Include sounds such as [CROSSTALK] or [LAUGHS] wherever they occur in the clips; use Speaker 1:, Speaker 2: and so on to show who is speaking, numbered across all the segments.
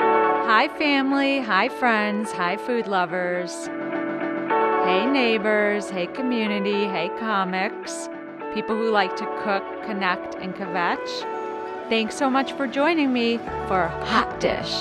Speaker 1: Hi, family. Hi, friends. Hi, food lovers. Hey, neighbors. Hey, community. Hey, comics. People who like to cook, connect, and kvetch. Thanks so much for joining me for Hot Dish.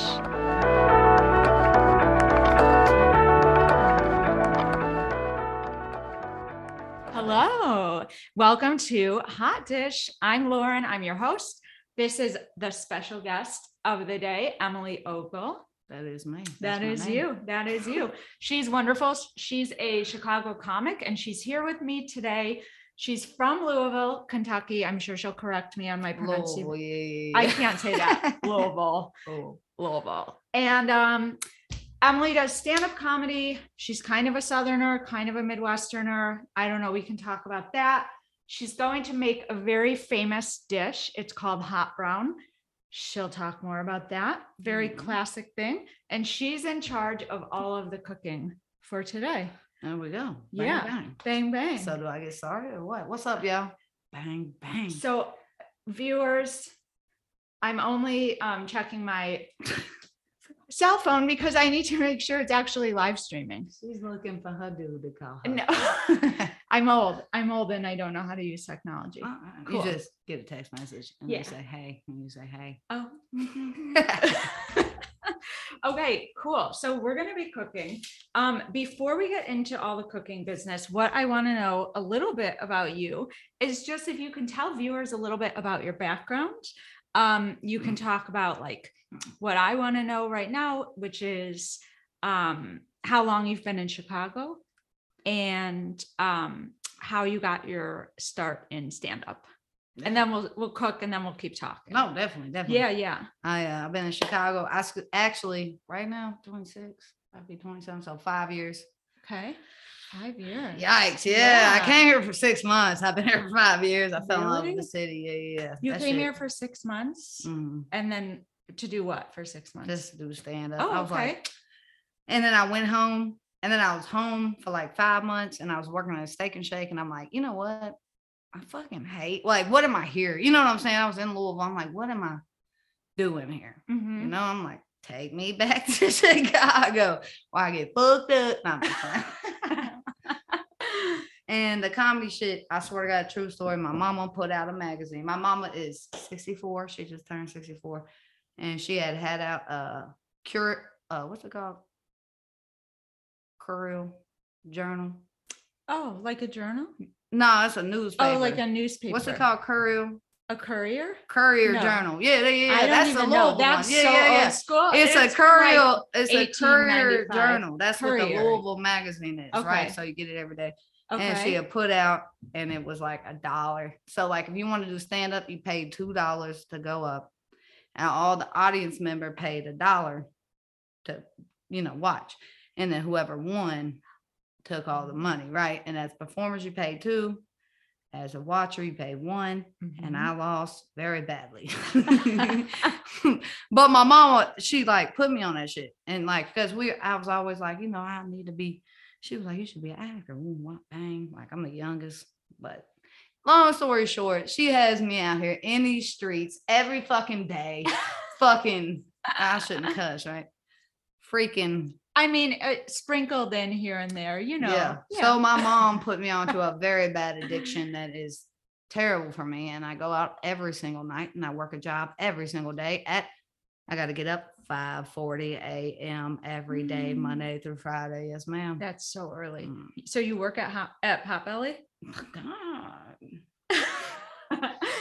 Speaker 1: Hello. Welcome to Hot Dish. I'm Lauren. I'm your host. This is the special guest of the day, Emily Ogle.
Speaker 2: That is me.
Speaker 1: That
Speaker 2: my
Speaker 1: is
Speaker 2: name.
Speaker 1: you. That is you. She's wonderful. She's a Chicago comic and she's here with me today. She's from Louisville, Kentucky. I'm sure she'll correct me on my pronunciation.
Speaker 2: Lol, yeah, yeah,
Speaker 1: I
Speaker 2: yeah. Oh.
Speaker 1: can't say
Speaker 2: [LAUGHS]
Speaker 1: that. Louisville.
Speaker 2: Lol.
Speaker 1: Louisville. And um, Emily does stand up comedy. She's kind of a Southerner, kind of a Midwesterner. I don't know. We can talk about that. She's going to make a very famous dish. It's called hot brown. She'll talk more about that. Very
Speaker 2: Mhm.
Speaker 1: classic thing. And she's in charge of all of the cooking for today.
Speaker 2: There we go. Bang,
Speaker 1: Yeah.
Speaker 2: Bang.
Speaker 1: Bang, bang.
Speaker 2: So do I get started or what? What's up, y'all? Bang bang.
Speaker 1: So, viewers, I'm only um, checking my [LAUGHS] cell phone because I need to make sure it's actually live streaming.
Speaker 2: She's looking for her dude to call her. [LAUGHS]
Speaker 1: No,
Speaker 2: Uh-uh,
Speaker 1: [LAUGHS] I'm old. I'm old and I don't know how to use technology. Cool.
Speaker 2: uh, You just get a text message and
Speaker 1: Yeah.
Speaker 2: you say hey, and you say hey.
Speaker 1: Oh. [LAUGHS]
Speaker 2: Mm-hmm.
Speaker 1: okay, cool. So we're going to be cooking. Um, before we get into all the cooking business, what I want to know a little bit about you is just if you can tell viewers a little bit about your background. Um, you can talk about like what I want to know right now, which is um, how long you've been in Chicago and um, how you got your start in stand up. And then we'll we'll cook and then we'll keep talking.
Speaker 2: No, definitely, definitely.
Speaker 1: Yeah, yeah.
Speaker 2: I uh, I've been in Chicago. I sc- actually right now 26. I'd be 27, so five years.
Speaker 1: Okay. Five years.
Speaker 2: Yikes! Yeah,
Speaker 1: Yeah.
Speaker 2: I came here for six months. I've been here for five years. I fell in love with
Speaker 1: Really?
Speaker 2: the city. Yeah, yeah. yeah.
Speaker 1: You
Speaker 2: That
Speaker 1: came
Speaker 2: shit-
Speaker 1: here for six months
Speaker 2: Mhm.
Speaker 1: and then to do what for six months?
Speaker 2: Just do stand up. I
Speaker 1: oh,
Speaker 2: was
Speaker 1: okay.
Speaker 2: like, And then I went home and then I was home for like five months and I was working at a steak and shake. And I'm like, you know what? I fucking hate like what am I here? You know what I'm saying? I was in Louisville. I'm like, what am I doing here?
Speaker 1: Mhm.
Speaker 2: You know, I'm like, take me back [LAUGHS] to Chicago where I get fucked up. No, I'm just playing. and the comedy shit, I swear to God, true story. My mama put out a magazine. My mama is 64. She just turned 64. And she had had out a cure, uh, what's it called? Curl journal.
Speaker 1: [LAUGHS] oh, like a
Speaker 2: [LAUGHS]
Speaker 1: journal?
Speaker 2: No, it's a newspaper.
Speaker 1: Oh, like a newspaper.
Speaker 2: what's it called? Curl
Speaker 1: A courier?
Speaker 2: Courier
Speaker 1: No.
Speaker 2: Journal. Yeah, yeah, yeah.
Speaker 1: I don't
Speaker 2: that's
Speaker 1: even
Speaker 2: a
Speaker 1: know.
Speaker 2: little
Speaker 1: That's
Speaker 2: one. Yeah,
Speaker 1: so
Speaker 2: yeah, yeah.
Speaker 1: old school.
Speaker 2: It's, a
Speaker 1: like-
Speaker 2: courier. it's a courier
Speaker 1: 1895.
Speaker 2: journal. That's what the
Speaker 1: Courier.
Speaker 2: Louisville magazine is,
Speaker 1: Okay.
Speaker 2: right? So you get it every day.
Speaker 1: okay.
Speaker 2: And she had put out, and it was like a dollar. So like, if you want to do stand up, you paid two dollars to go up, and all the audience member paid a dollar to, you know, watch, and then whoever won took all the money, right? And as performers, you paid two. As a watcher, you paid one
Speaker 1: Mm-hmm.
Speaker 2: and I lost very badly. [LAUGHS] but my mama, she like put me on that shit. And like, cause we, I was always like, you know, I need to be, she was like, you should be an actor. Ooh, wah, bang. Like, I'm the youngest. But long story short, she has me out here in these streets every fucking day. fucking, I shouldn't cuss, right? Freaking
Speaker 1: [LAUGHS] I mean, uh, sprinkled in here and there, you know.
Speaker 2: yeah. So my mom put me onto a very bad addiction that is terrible for me. And I go out every single night and I work a job every single day at I gotta get up 5 40 AM every day,
Speaker 1: Mm.
Speaker 2: Monday through Friday. Yes, ma'am.
Speaker 1: that's so early.
Speaker 2: Mm.
Speaker 1: So you work at Hop, at Pop [LAUGHS] Belly?
Speaker 2: God.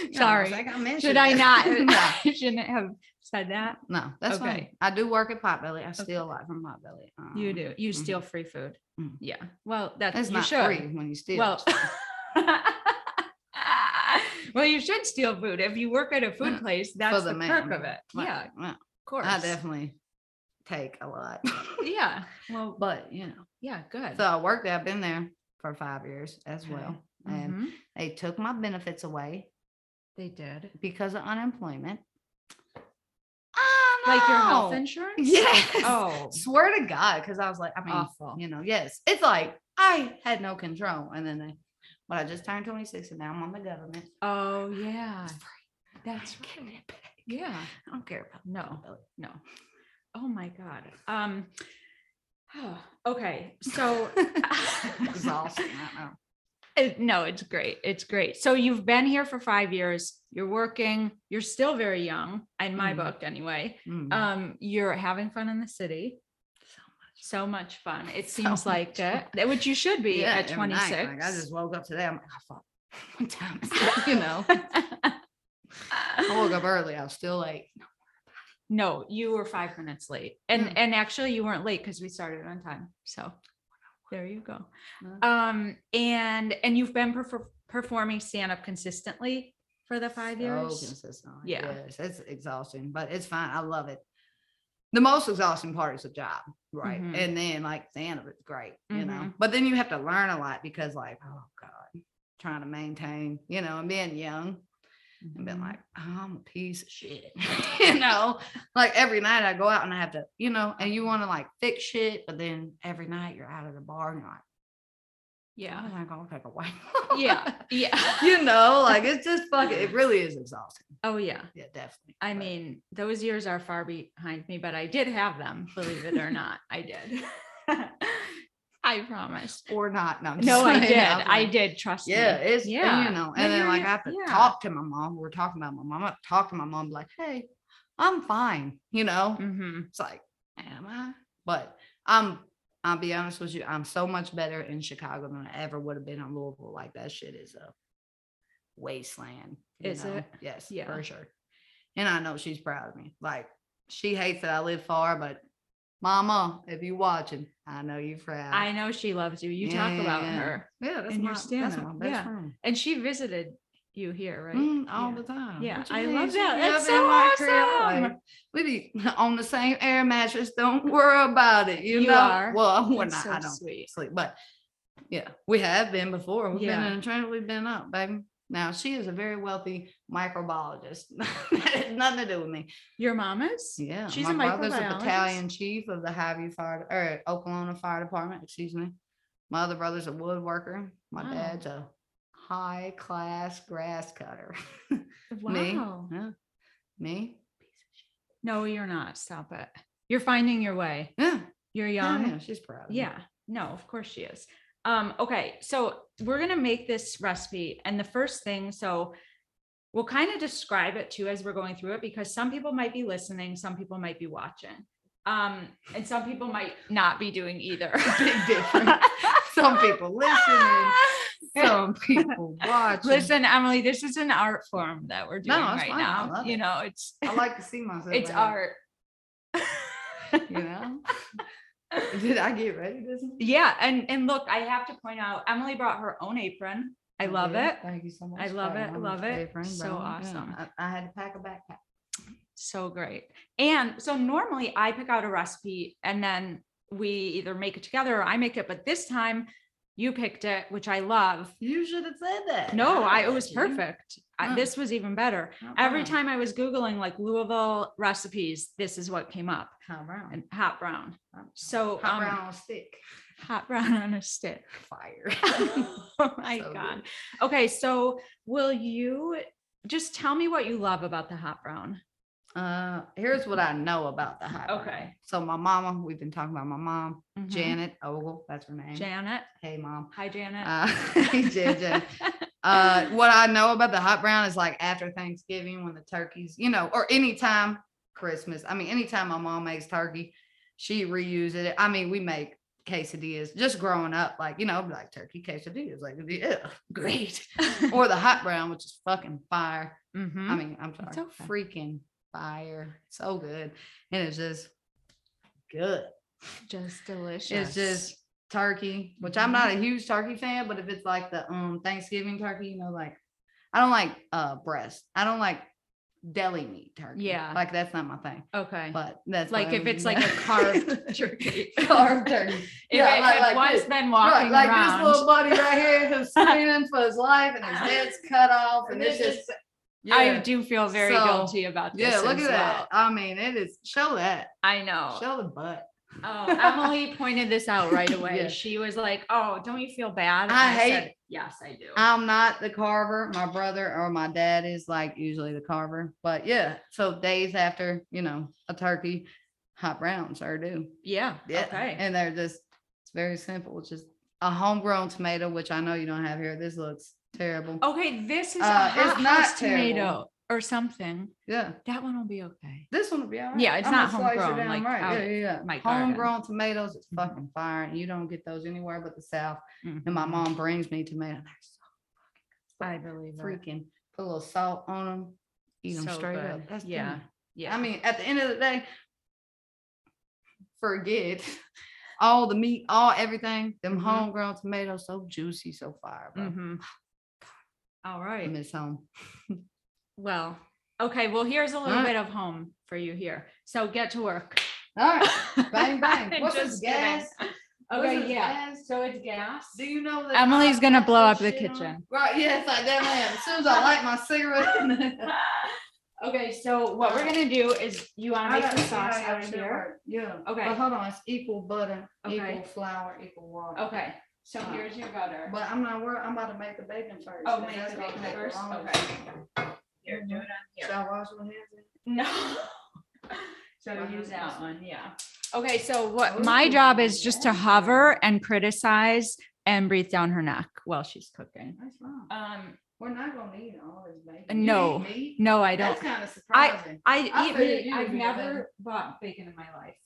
Speaker 2: You know,
Speaker 1: Sorry.
Speaker 2: it's like mentioned
Speaker 1: Should I
Speaker 2: it. [LAUGHS]
Speaker 1: not?
Speaker 2: no,
Speaker 1: I [LAUGHS] shouldn't have said that.
Speaker 2: no, that's
Speaker 1: Okay.
Speaker 2: fine. I do work at Potbelly. I steal a lot from Potbelly. Um,
Speaker 1: You do. You
Speaker 2: mhm.
Speaker 1: steal free food.
Speaker 2: Mm.
Speaker 1: Yeah. Well, that's
Speaker 2: It's
Speaker 1: you
Speaker 2: not
Speaker 1: should.
Speaker 2: free when you steal.
Speaker 1: Well. [LAUGHS]
Speaker 2: so.
Speaker 1: well, you should steal food if you work at a food
Speaker 2: Yeah.
Speaker 1: place. That's
Speaker 2: Mm. the
Speaker 1: the,
Speaker 2: man.
Speaker 1: perk of it.
Speaker 2: Well,
Speaker 1: Yeah, of
Speaker 2: well,
Speaker 1: course.
Speaker 2: I definitely [LAUGHS] take a lot.
Speaker 1: Yeah. [LAUGHS] Well,
Speaker 2: but you know,
Speaker 1: yeah. Good.
Speaker 2: so I worked there. I've been there for five years as
Speaker 1: Okay.
Speaker 2: well, and
Speaker 1: Mhm.
Speaker 2: they took my benefits away
Speaker 1: they did.
Speaker 2: because of unemployment.
Speaker 1: Like your health
Speaker 2: I know.
Speaker 1: insurance.
Speaker 2: Yes.
Speaker 1: Oh,
Speaker 2: Swear to God, because I was like, I mean,
Speaker 1: awful.
Speaker 2: you know, yes, it's like I had no control, and then they, but I just turned 26, and now I'm on the government.
Speaker 1: Oh yeah.
Speaker 2: It's free.
Speaker 1: That's
Speaker 2: I ain't
Speaker 1: right.
Speaker 2: giving it back.
Speaker 1: Yeah.
Speaker 2: [LAUGHS] I don't care about
Speaker 1: No.
Speaker 2: Potbelly.
Speaker 1: No. oh my God. Um, [SIGHS] okay,
Speaker 2: [LAUGHS]
Speaker 1: so.
Speaker 2: Exhausting, I know.
Speaker 1: [LAUGHS] It- no, it's great. It's great. So you've been here for five years. You're working. You're still very young, in my
Speaker 2: Mhm.
Speaker 1: book, anyway.
Speaker 2: Mm,
Speaker 1: Um, you're having fun in the city.
Speaker 2: so much.
Speaker 1: So much fun. It
Speaker 2: So
Speaker 1: seems like
Speaker 2: much fun.
Speaker 1: it, that- which you should be
Speaker 2: Yeah,
Speaker 1: at
Speaker 2: every night,
Speaker 1: 26.
Speaker 2: Like, I
Speaker 1: [LAUGHS]
Speaker 2: just woke up today. I'm like, oh, fuck. [LAUGHS] What time is it? You know, I woke up early. I was still like,
Speaker 1: no, you were five minutes late, and
Speaker 2: Mm.
Speaker 1: and actually you weren't late because we started on time. So there you go.
Speaker 2: Mm.
Speaker 1: Um, and and you've been perfor- performing stand up consistently for the five
Speaker 2: so
Speaker 1: years.
Speaker 2: consistent.
Speaker 1: Yeah.
Speaker 2: Yes, it's exhausting, but it's fine. I love it. The most exhausting part is the job, right?
Speaker 1: Mhm.
Speaker 2: And then like the end of it's great, you
Speaker 1: Mm-hmm.
Speaker 2: know. But then you have to learn a lot because like, oh God, trying to maintain, you know, and being young and been
Speaker 1: Mhm.
Speaker 2: like, I'm a piece of shit. [LAUGHS] you know, like every night I go out and I have to, you know, and you want to like fix shit, but then every night you're out of the bar and you're like, [LAUGHS]
Speaker 1: yeah.
Speaker 2: I'm not gonna take a white.
Speaker 1: yeah yeah [LAUGHS]
Speaker 2: [LAUGHS] you know, like it's just fucking it really is exhausting.
Speaker 1: oh yeah
Speaker 2: Yeah, definitely.
Speaker 1: i
Speaker 2: But
Speaker 1: mean those years are far behind me but i did have them believe it or
Speaker 2: [LAUGHS]
Speaker 1: not i did [LAUGHS] i promise
Speaker 2: or not. No, I'm
Speaker 1: no
Speaker 2: just
Speaker 1: i
Speaker 2: saying, [LAUGHS]
Speaker 1: did
Speaker 2: was
Speaker 1: i
Speaker 2: like,
Speaker 1: did trust me.
Speaker 2: Yeah, it's yeah,
Speaker 1: Yeah.
Speaker 2: you know,
Speaker 1: No,
Speaker 2: and then
Speaker 1: you're-
Speaker 2: like I
Speaker 1: you're-
Speaker 2: have to
Speaker 1: yeah.
Speaker 2: talk to my mom. We're talking about my mom. I have to talk to my mom, be like, hey, I'm fine, you know.
Speaker 1: Mhm.
Speaker 2: It's like, am I? But I'm I'll be honest with you, I'm so much better in Chicago than I ever would have been in Louisville. Like that shit is a wasteland. you
Speaker 1: Is
Speaker 2: know?
Speaker 1: it?
Speaker 2: Yes,
Speaker 1: Yeah.
Speaker 2: for sure. And I know she's proud of me. Like she hates that I live far, but mama, if you watching, I know you proud.
Speaker 1: i know she loves you you talk about
Speaker 2: Yeah.
Speaker 1: her
Speaker 2: yeah, that's
Speaker 1: and
Speaker 2: my,
Speaker 1: your
Speaker 2: that's
Speaker 1: stand-up,
Speaker 2: my best
Speaker 1: yeah.
Speaker 2: friend.
Speaker 1: and she visited you here right
Speaker 2: Mm, all
Speaker 1: Yeah.
Speaker 2: the time.
Speaker 1: Yeah,
Speaker 2: What you
Speaker 1: I
Speaker 2: mean?
Speaker 1: love
Speaker 2: She
Speaker 1: that.
Speaker 2: be
Speaker 1: That's
Speaker 2: up
Speaker 1: so
Speaker 2: in my crib,
Speaker 1: awesome.
Speaker 2: like, we be [LAUGHS] on the same air mattress. Don't worry about it. You,
Speaker 1: You
Speaker 2: know.
Speaker 1: are.
Speaker 2: Well, [LAUGHS] we're
Speaker 1: That's
Speaker 2: not.
Speaker 1: so
Speaker 2: I don't
Speaker 1: sweet
Speaker 2: sleep. But yeah, we have been before. We've
Speaker 1: Yeah.
Speaker 2: been in a train. We've been up, baby. Now she is a very wealthy microbiologist. [LAUGHS] That has nothing to do with me.
Speaker 1: your mom is
Speaker 2: Yeah,
Speaker 1: she's
Speaker 2: my
Speaker 1: a
Speaker 2: brother's a
Speaker 1: microbiologist?
Speaker 2: battalion chief of the Highview Fire or Oklahoma Fire Department. Excuse me. My other brother's a woodworker. My
Speaker 1: Wow.
Speaker 2: dad's a high class grass cutter. [LAUGHS] Me,
Speaker 1: wow
Speaker 2: yeah. me.
Speaker 1: no you're not stop it you're finding your way
Speaker 2: [LAUGHS] Yeah,
Speaker 1: you're
Speaker 2: yeah,
Speaker 1: young
Speaker 2: yeah, she's proud. of me.
Speaker 1: Yeah, no, of course she is. Um, okay, so we're gonna make this recipe, and the first thing, so we'll kind of describe it too as we're going through it because some people might be listening, some people might be watching, um, and some people might not be doing
Speaker 2: [LAUGHS]
Speaker 1: either. [LAUGHS]
Speaker 2: big difference. [LAUGHS] Some people listening, some people watching.
Speaker 1: Listen, Emily, this is an art form that we're
Speaker 2: No,
Speaker 1: doing
Speaker 2: it's
Speaker 1: right
Speaker 2: fine. I
Speaker 1: now.
Speaker 2: love
Speaker 1: You
Speaker 2: it.
Speaker 1: know, it's
Speaker 2: I like to see myself.
Speaker 1: it's
Speaker 2: at it,
Speaker 1: art.
Speaker 2: You know.
Speaker 1: [LAUGHS]
Speaker 2: Did I get ready this? morning?
Speaker 1: Yeah, and and look, I have to point out, Emily brought her own apron. I love
Speaker 2: did.
Speaker 1: it.
Speaker 2: Thank you so much.
Speaker 1: love
Speaker 2: Probably
Speaker 1: it,
Speaker 2: my
Speaker 1: love
Speaker 2: most
Speaker 1: it.
Speaker 2: favorite,
Speaker 1: So
Speaker 2: but, yeah,
Speaker 1: awesome.
Speaker 2: I, I had to pack a backpack.
Speaker 1: So great. And so normally I pick out a recipe and then we either make it together or I make it, but this time you picked it, which I love.
Speaker 2: You should have said that.
Speaker 1: No, I
Speaker 2: [LAUGHS]
Speaker 1: it
Speaker 2: bet
Speaker 1: was
Speaker 2: you.
Speaker 1: perfect. I-
Speaker 2: Huh.
Speaker 1: This was even better. Every
Speaker 2: Hot
Speaker 1: time I was Googling like Louisville recipes, this is what came up
Speaker 2: brown, hot brown,
Speaker 1: and hot brown.
Speaker 2: hot brown.
Speaker 1: So
Speaker 2: hot
Speaker 1: um,
Speaker 2: brown on
Speaker 1: [LAUGHS]
Speaker 2: a stick,
Speaker 1: hot brown on a stick.
Speaker 2: fire.
Speaker 1: [LAUGHS] oh my
Speaker 2: So
Speaker 1: God.
Speaker 2: good.
Speaker 1: Okay. So will you just tell me what you love about the hot brown?
Speaker 2: [LAUGHS] Uh, here's what I know about the hot. brown.
Speaker 1: Okay.
Speaker 2: So my mama, we've been talking about my mom,
Speaker 1: Mhm.
Speaker 2: Janet Ogle, that's her name.
Speaker 1: Janet.
Speaker 2: hey, mom.
Speaker 1: Hi, Janet. [LAUGHS]
Speaker 2: Uh, [LAUGHS] hey, JJ. Uh, what I know about the hot brown is like after Thanksgiving when the turkeys, you know, or anytime Christmas. I mean, anytime my mom makes turkey, she reuses it. I mean, we make quesadillas just growing up, like, you know, I'd be like turkey quesadillas, like, yeah, great. or the hot brown, which is fucking fire.
Speaker 1: Mhm.
Speaker 2: I mean, I'm sorry.
Speaker 1: It's okay.
Speaker 2: Mm-hmm. freaking fire. So good. And it's just good.
Speaker 1: just delicious.
Speaker 2: It's just turkey, which I'm not a huge turkey fan, but if it's like the um Thanksgiving turkey, you know, like I don't like uh breast. I don't like deli meat turkey.
Speaker 1: Yeah.
Speaker 2: Like that's not my thing.
Speaker 1: okay.
Speaker 2: But that's what
Speaker 1: like
Speaker 2: I
Speaker 1: if it's
Speaker 2: mean.
Speaker 1: like a
Speaker 2: [LAUGHS]
Speaker 1: carved turkey.
Speaker 2: carved turkey. [LAUGHS]
Speaker 1: If
Speaker 2: Yeah,
Speaker 1: it
Speaker 2: like-
Speaker 1: had
Speaker 2: like
Speaker 1: once
Speaker 2: this.
Speaker 1: been
Speaker 2: Right,
Speaker 1: walking
Speaker 2: like
Speaker 1: around.
Speaker 2: this little buddy right here [LAUGHS] who's screaming for his life and his head's cut off and it's
Speaker 1: This
Speaker 2: just
Speaker 1: I do feel very
Speaker 2: So,
Speaker 1: guilty about this.
Speaker 2: yeah, look
Speaker 1: as
Speaker 2: at that.
Speaker 1: well.
Speaker 2: I mean, it is show that.
Speaker 1: I know.
Speaker 2: Show the butt.
Speaker 1: Oh, Emily pointed this out right away.
Speaker 2: Yeah.
Speaker 1: She was like, "Oh, don't you feel bad?" And
Speaker 2: I hate-
Speaker 1: said, yes, I do.
Speaker 2: I'm not the carver. My brother or my dad is like usually the carver. But yeah, so days after, you know, a turkey, Hot Brown sure do.
Speaker 1: Yeah. Okay.
Speaker 2: And they're just, it's very simple. It's just a homegrown tomato, which I know you don't have here. This looks terrible.
Speaker 1: Okay. This is a
Speaker 2: Uh, it's
Speaker 1: hot
Speaker 2: not
Speaker 1: house
Speaker 2: terrible.
Speaker 1: tomato or something.
Speaker 2: Yeah.
Speaker 1: That one will be okay.
Speaker 2: This one will be all right.
Speaker 1: Yeah, it's
Speaker 2: I'ma
Speaker 1: not
Speaker 2: slice it
Speaker 1: homegrown,
Speaker 2: down
Speaker 1: like,
Speaker 2: right.
Speaker 1: out
Speaker 2: Yeah, yeah,
Speaker 1: my
Speaker 2: yeah.
Speaker 1: garden.
Speaker 2: Homegrown tomatoes, it's
Speaker 1: Mhm.
Speaker 2: fucking fire. And you don't get those anywhere but the South. And
Speaker 1: Mhm.
Speaker 2: my mom brings me tomatoes.
Speaker 1: I believe it.
Speaker 2: Freaking put a little salt on them, eat them
Speaker 1: So
Speaker 2: straight up.
Speaker 1: good.
Speaker 2: That's
Speaker 1: Yeah.
Speaker 2: dinner.
Speaker 1: Yeah.
Speaker 2: I mean, at the end of the day, forget [LAUGHS] all the meat, all everything. Them
Speaker 1: Mhm.
Speaker 2: homegrown tomatoes, so juicy, so fire. Bro.
Speaker 1: Mhm. All
Speaker 2: I
Speaker 1: right.
Speaker 2: miss home.
Speaker 1: Well, okay. Well, here's a little
Speaker 2: Alright.
Speaker 1: bit of home for you here. So get to work.
Speaker 2: All
Speaker 1: [LAUGHS]
Speaker 2: right, bang bang. What's this
Speaker 1: Just kidding.
Speaker 2: gas? What's
Speaker 1: Okay.
Speaker 2: this
Speaker 1: Yeah.
Speaker 2: gas?
Speaker 1: So it's gas.
Speaker 2: Do you know that
Speaker 1: Emily's
Speaker 2: I
Speaker 1: gonna
Speaker 2: got
Speaker 1: blow
Speaker 2: this
Speaker 1: up the
Speaker 2: shit on?
Speaker 1: kitchen.
Speaker 2: Right? Yes, I definitely am. As soon
Speaker 1: [LAUGHS]
Speaker 2: as I light my cigarette,
Speaker 1: Okay. So what we're gonna do is you wanna
Speaker 2: [LAUGHS] I
Speaker 1: make
Speaker 2: gotta
Speaker 1: some
Speaker 2: see how
Speaker 1: sauce
Speaker 2: y'all
Speaker 1: out
Speaker 2: do
Speaker 1: here.
Speaker 2: it. Yeah.
Speaker 1: Okay.
Speaker 2: But hold on, it's equal butter,
Speaker 1: Okay.
Speaker 2: equal flour, equal water.
Speaker 1: Okay. So
Speaker 2: Uh-huh.
Speaker 1: here's your butter.
Speaker 2: But I'm not worried. I'm about to make the bacon first.
Speaker 1: Oh,
Speaker 2: and
Speaker 1: make
Speaker 2: that's
Speaker 1: the
Speaker 2: gonna
Speaker 1: bacon
Speaker 2: take
Speaker 1: first?
Speaker 2: longer.
Speaker 1: Okay. Here, do it on here.
Speaker 2: Should I wash my hands? in it?
Speaker 1: No. [LAUGHS] So
Speaker 2: Why
Speaker 1: use
Speaker 2: not?
Speaker 1: that one, yeah. Okay, so what
Speaker 2: Oh,
Speaker 1: my job is just to
Speaker 2: yeah.
Speaker 1: hover and criticize and breathe down her neck while she's cooking.
Speaker 2: That's wrong.
Speaker 1: Um,
Speaker 2: We're not gonna need all this bacon.
Speaker 1: Uh,
Speaker 2: You eat
Speaker 1: no,
Speaker 2: meat?
Speaker 1: no, I don't.
Speaker 2: That's kind of surprising. I
Speaker 1: I eat
Speaker 2: figured
Speaker 1: meat.
Speaker 2: you
Speaker 1: I've
Speaker 2: would be the
Speaker 1: never bought bacon in my life.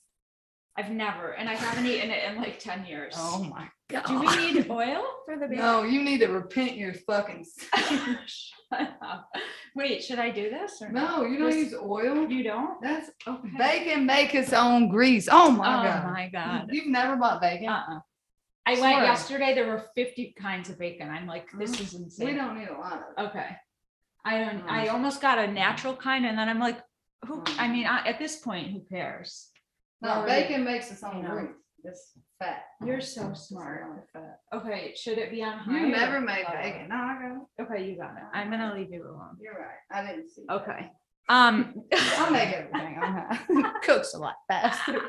Speaker 1: I've never, and I haven't eaten it in like ten years.
Speaker 2: Oh my
Speaker 1: Do
Speaker 2: god.
Speaker 1: we need oil for the bacon?
Speaker 2: No, you need to repent your fucking. s-
Speaker 1: [LAUGHS] Shut up. Wait, should I do this or
Speaker 2: No, you don't
Speaker 1: Just-
Speaker 2: use oil.
Speaker 1: You don't?
Speaker 2: That's
Speaker 1: Okay.
Speaker 2: bacon make its own grease. Oh
Speaker 1: Oh
Speaker 2: my god.
Speaker 1: my god.
Speaker 2: You've never bought bacon.
Speaker 1: Uh-uh. I went
Speaker 2: Swear.
Speaker 1: yesterday, there were fifty kinds of bacon. I'm like, this is
Speaker 2: Oh, We
Speaker 1: insane.
Speaker 2: don't need a lot of.
Speaker 1: Okay. I don't, I
Speaker 2: Mm.
Speaker 1: almost got a natural kind and then I'm like, who, I
Speaker 2: Mm.
Speaker 1: mean, I- at this point, who cares?
Speaker 2: No,
Speaker 1: Well,
Speaker 2: bacon makes its
Speaker 1: you
Speaker 2: own
Speaker 1: know.
Speaker 2: grease. It's fat.
Speaker 1: You're so
Speaker 2: It's a lot
Speaker 1: smart.
Speaker 2: of fat.
Speaker 1: Okay, should it be on high?
Speaker 2: Oh. You
Speaker 1: or
Speaker 2: never made
Speaker 1: low?
Speaker 2: bacon. No, I got it.
Speaker 1: Okay, you got it. I'm gonna leave you alone.
Speaker 2: You're right. I didn't see. that.
Speaker 1: Okay. Um.
Speaker 2: I make everything. I'm [LAUGHS] high. Cooks a lot faster.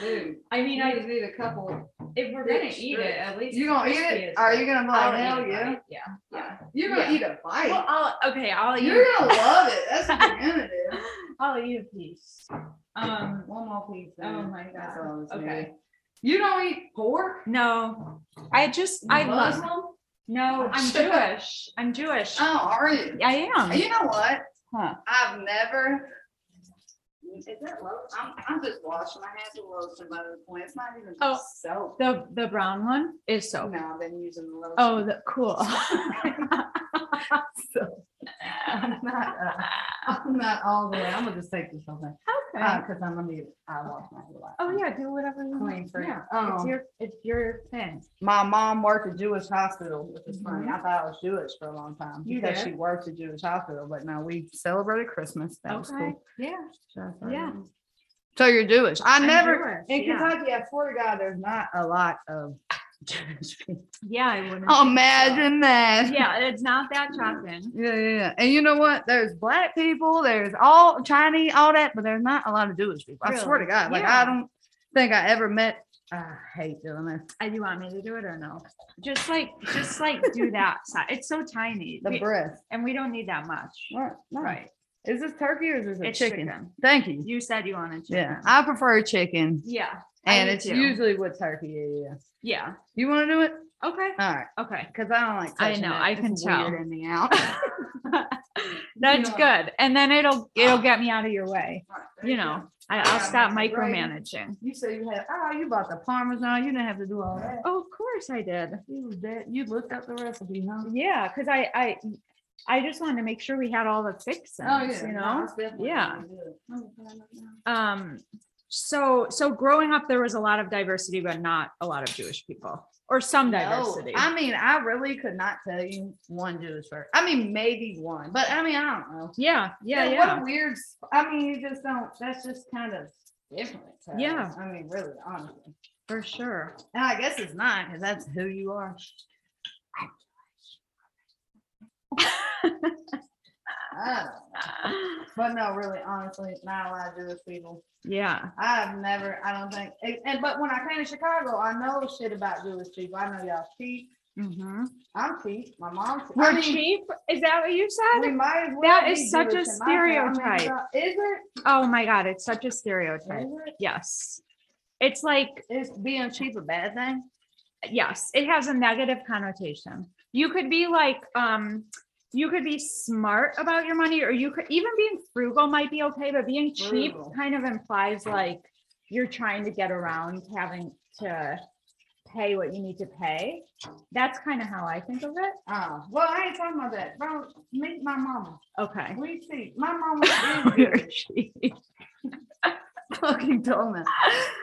Speaker 2: Dude.
Speaker 1: [LAUGHS] I mean,
Speaker 2: You know,
Speaker 1: I,
Speaker 2: you need a couple.
Speaker 1: if we're gonna
Speaker 2: Rich,
Speaker 1: eat
Speaker 2: rich.
Speaker 1: it, at least.
Speaker 2: You gonna eat
Speaker 1: crispy
Speaker 2: it?
Speaker 1: as
Speaker 2: Are
Speaker 1: fuck.
Speaker 2: you gonna
Speaker 1: I'll
Speaker 2: like,
Speaker 1: eat
Speaker 2: hell
Speaker 1: it,
Speaker 2: yeah?
Speaker 1: right? Yeah.
Speaker 2: Yeah. oh, You're gonna
Speaker 1: Yeah.
Speaker 2: eat a
Speaker 1: Well,
Speaker 2: bite.
Speaker 1: I'll, okay, I'll eat,
Speaker 2: You're gonna love it. [LAUGHS] That's what you're gonna do.
Speaker 1: I'll eat a piece. Um,
Speaker 2: One more piece.
Speaker 1: oh
Speaker 2: man.
Speaker 1: my
Speaker 2: That's
Speaker 1: God.
Speaker 2: all it's
Speaker 1: Okay.
Speaker 2: needed. You don't eat pork?
Speaker 1: no, I just, I love,
Speaker 2: Muslim?
Speaker 1: no,
Speaker 2: [LAUGHS]
Speaker 1: I'm Jewish. I'm Jewish.
Speaker 2: Oh, are you?
Speaker 1: I am.
Speaker 2: You know what?
Speaker 1: Huh.
Speaker 2: I've never. Is that low? I'm, I'm just washing my hands with lotion by this point. It's not even
Speaker 1: Oh.
Speaker 2: soap.
Speaker 1: The, the brown one is so.
Speaker 2: No, I've been using the lotion.
Speaker 1: Oh, the,
Speaker 2: [LAUGHS]
Speaker 1: cool.
Speaker 2: I'm not, uh, I'm not all the way. I'm gonna just take this whole thing.
Speaker 1: Okay.
Speaker 2: Uh, cause I'm gonna need, I wash my hands a lot.
Speaker 1: Oh, yeah, do whatever you want.
Speaker 2: Clean freak.
Speaker 1: Yeah, It's
Speaker 2: Um,
Speaker 1: your, it's your thing.
Speaker 2: My mom worked at Jewish hospital, which is funny.
Speaker 1: Mhm.
Speaker 2: I thought I was Jewish for a long time
Speaker 1: You
Speaker 2: because
Speaker 1: did?
Speaker 2: she worked at Jewish hospital, but no, we celebrated Christmas. That was
Speaker 1: Okay,
Speaker 2: cool.
Speaker 1: yeah.
Speaker 2: Shout out to
Speaker 1: Yeah.
Speaker 2: her. So you're Jewish. I
Speaker 1: I'm
Speaker 2: never,
Speaker 1: Jewish,
Speaker 2: in
Speaker 1: yeah.
Speaker 2: Kentucky, I swear to God, there's not a lot of [LAUGHS] Jewish people.
Speaker 1: Yeah, I wouldn't.
Speaker 2: Imagine that.
Speaker 1: Yeah, it's not that shocking.
Speaker 2: Yeah, yeah, yeah. And you know what? There's black people, there's all Chinese, all that, but there's not a lot of Jewish people. I swear to
Speaker 1: Really?
Speaker 2: God. Like,
Speaker 1: Yeah.
Speaker 2: I don't think I ever met, I hate doing this.
Speaker 1: Uh, you want me to do it or no? Just like, just like [LAUGHS] do that side. It's so tiny.
Speaker 2: The
Speaker 1: We-
Speaker 2: breast.
Speaker 1: And we don't need that much.
Speaker 2: Right. Right.
Speaker 1: Right.
Speaker 2: Is this turkey or is this a
Speaker 1: It's
Speaker 2: chicken?
Speaker 1: chicken.
Speaker 2: Thank you.
Speaker 1: You said you wanted
Speaker 2: Yeah,
Speaker 1: chicken.
Speaker 2: I prefer chicken,
Speaker 1: Yeah, I
Speaker 2: and
Speaker 1: do
Speaker 2: it's
Speaker 1: too.
Speaker 2: usually with turkey. Yeah, yeah.
Speaker 1: yeah.
Speaker 2: You want to do it?
Speaker 1: Okay,
Speaker 2: All right,
Speaker 1: okay.
Speaker 2: because I don't like.
Speaker 1: I
Speaker 2: touching
Speaker 1: know,
Speaker 2: it.
Speaker 1: I
Speaker 2: It's
Speaker 1: can
Speaker 2: weird
Speaker 1: tell.
Speaker 2: in the out. [LAUGHS]
Speaker 1: That's
Speaker 2: know.
Speaker 1: good. And then it'll, it'll get me out of your way.
Speaker 2: All right, there
Speaker 1: You
Speaker 2: go.
Speaker 1: know, I,
Speaker 2: Yeah,
Speaker 1: I'll stop
Speaker 2: make it right.
Speaker 1: micromanaging.
Speaker 2: You say you had. Oh, you bought the parmesan. You didn't have to do all that.
Speaker 1: Oh, Of course I did.
Speaker 2: You was that. You looked up the recipe, huh?
Speaker 1: Yeah, because I, I, I just wanted to make sure we had all the
Speaker 2: Oh,
Speaker 1: fixings, you know? Yeah. Um, so, so growing up, there was a lot of diversity, but not a lot of Jewish people or some diversity.
Speaker 2: I mean, I really could not tell you one Jewish person. I mean, maybe one, but I mean, I don't know.
Speaker 1: Yeah, yeah,
Speaker 2: Like,
Speaker 1: yeah.
Speaker 2: What a weird. s- I mean, you just don't. That's just kind of different. to us.
Speaker 1: Yeah.
Speaker 2: I mean, really, honestly.
Speaker 1: For sure.
Speaker 2: And I guess it's not because that's who
Speaker 1: [LAUGHS]
Speaker 2: you are. I don't know. Uh, But no, really, honestly, not a lot of Jewish people.
Speaker 1: Yeah.
Speaker 2: I've never, I don't think, and- and but when I came to Chicago, I know shit about Jewish people. I know y'all cheat. Auntie, my mom's. I
Speaker 1: mm-hmm. We're
Speaker 2: mean,
Speaker 1: cheap. Is that what you
Speaker 2: we
Speaker 1: said?
Speaker 2: might as well
Speaker 1: That
Speaker 2: be
Speaker 1: is such a
Speaker 2: Jewish in my family,
Speaker 1: stereotype.
Speaker 2: but Is it?
Speaker 1: Oh my God, it's such a
Speaker 2: Is
Speaker 1: stereotype.
Speaker 2: it?
Speaker 1: Yes. It's like,
Speaker 2: Is being cheap a bad thing?
Speaker 1: yes, it has a negative connotation. You could be like, um, you could be smart about your money or you could even being frugal might be okay, but being cheap
Speaker 2: Frugal.
Speaker 1: kind of implies like you're trying to get around having to pay what you need to pay. That's kind of how I think of it.
Speaker 2: Uh, well, I ain't talking about that. Bro, meet my mama.
Speaker 1: Okay.
Speaker 2: We see, my mama
Speaker 1: [LAUGHS]
Speaker 2: is Jewish. Fucking told me.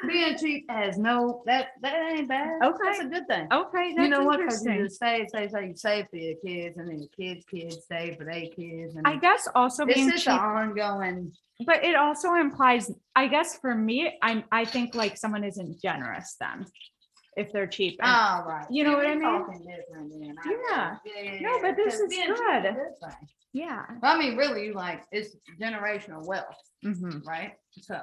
Speaker 2: Being cheap has no, that, that ain't bad. That's a good thing.
Speaker 1: Okay,
Speaker 2: You know
Speaker 1: that's
Speaker 2: what? Cause you
Speaker 1: interesting.
Speaker 2: just save, save, save, save for your kids and then your kids' kids save for their kids. and
Speaker 1: I guess also
Speaker 2: It's
Speaker 1: being
Speaker 2: just an
Speaker 1: cheap,
Speaker 2: ongoing,
Speaker 1: but it also implies, I guess for me, I'm, I think like someone isn't generous then. If they're cheap. and-
Speaker 2: all right.
Speaker 1: You know what I mean? Yeah.
Speaker 2: Yeah.
Speaker 1: No, but this is good. Yeah.
Speaker 2: I mean, really, like, it's generational wealth.
Speaker 1: Mhm.
Speaker 2: right? So.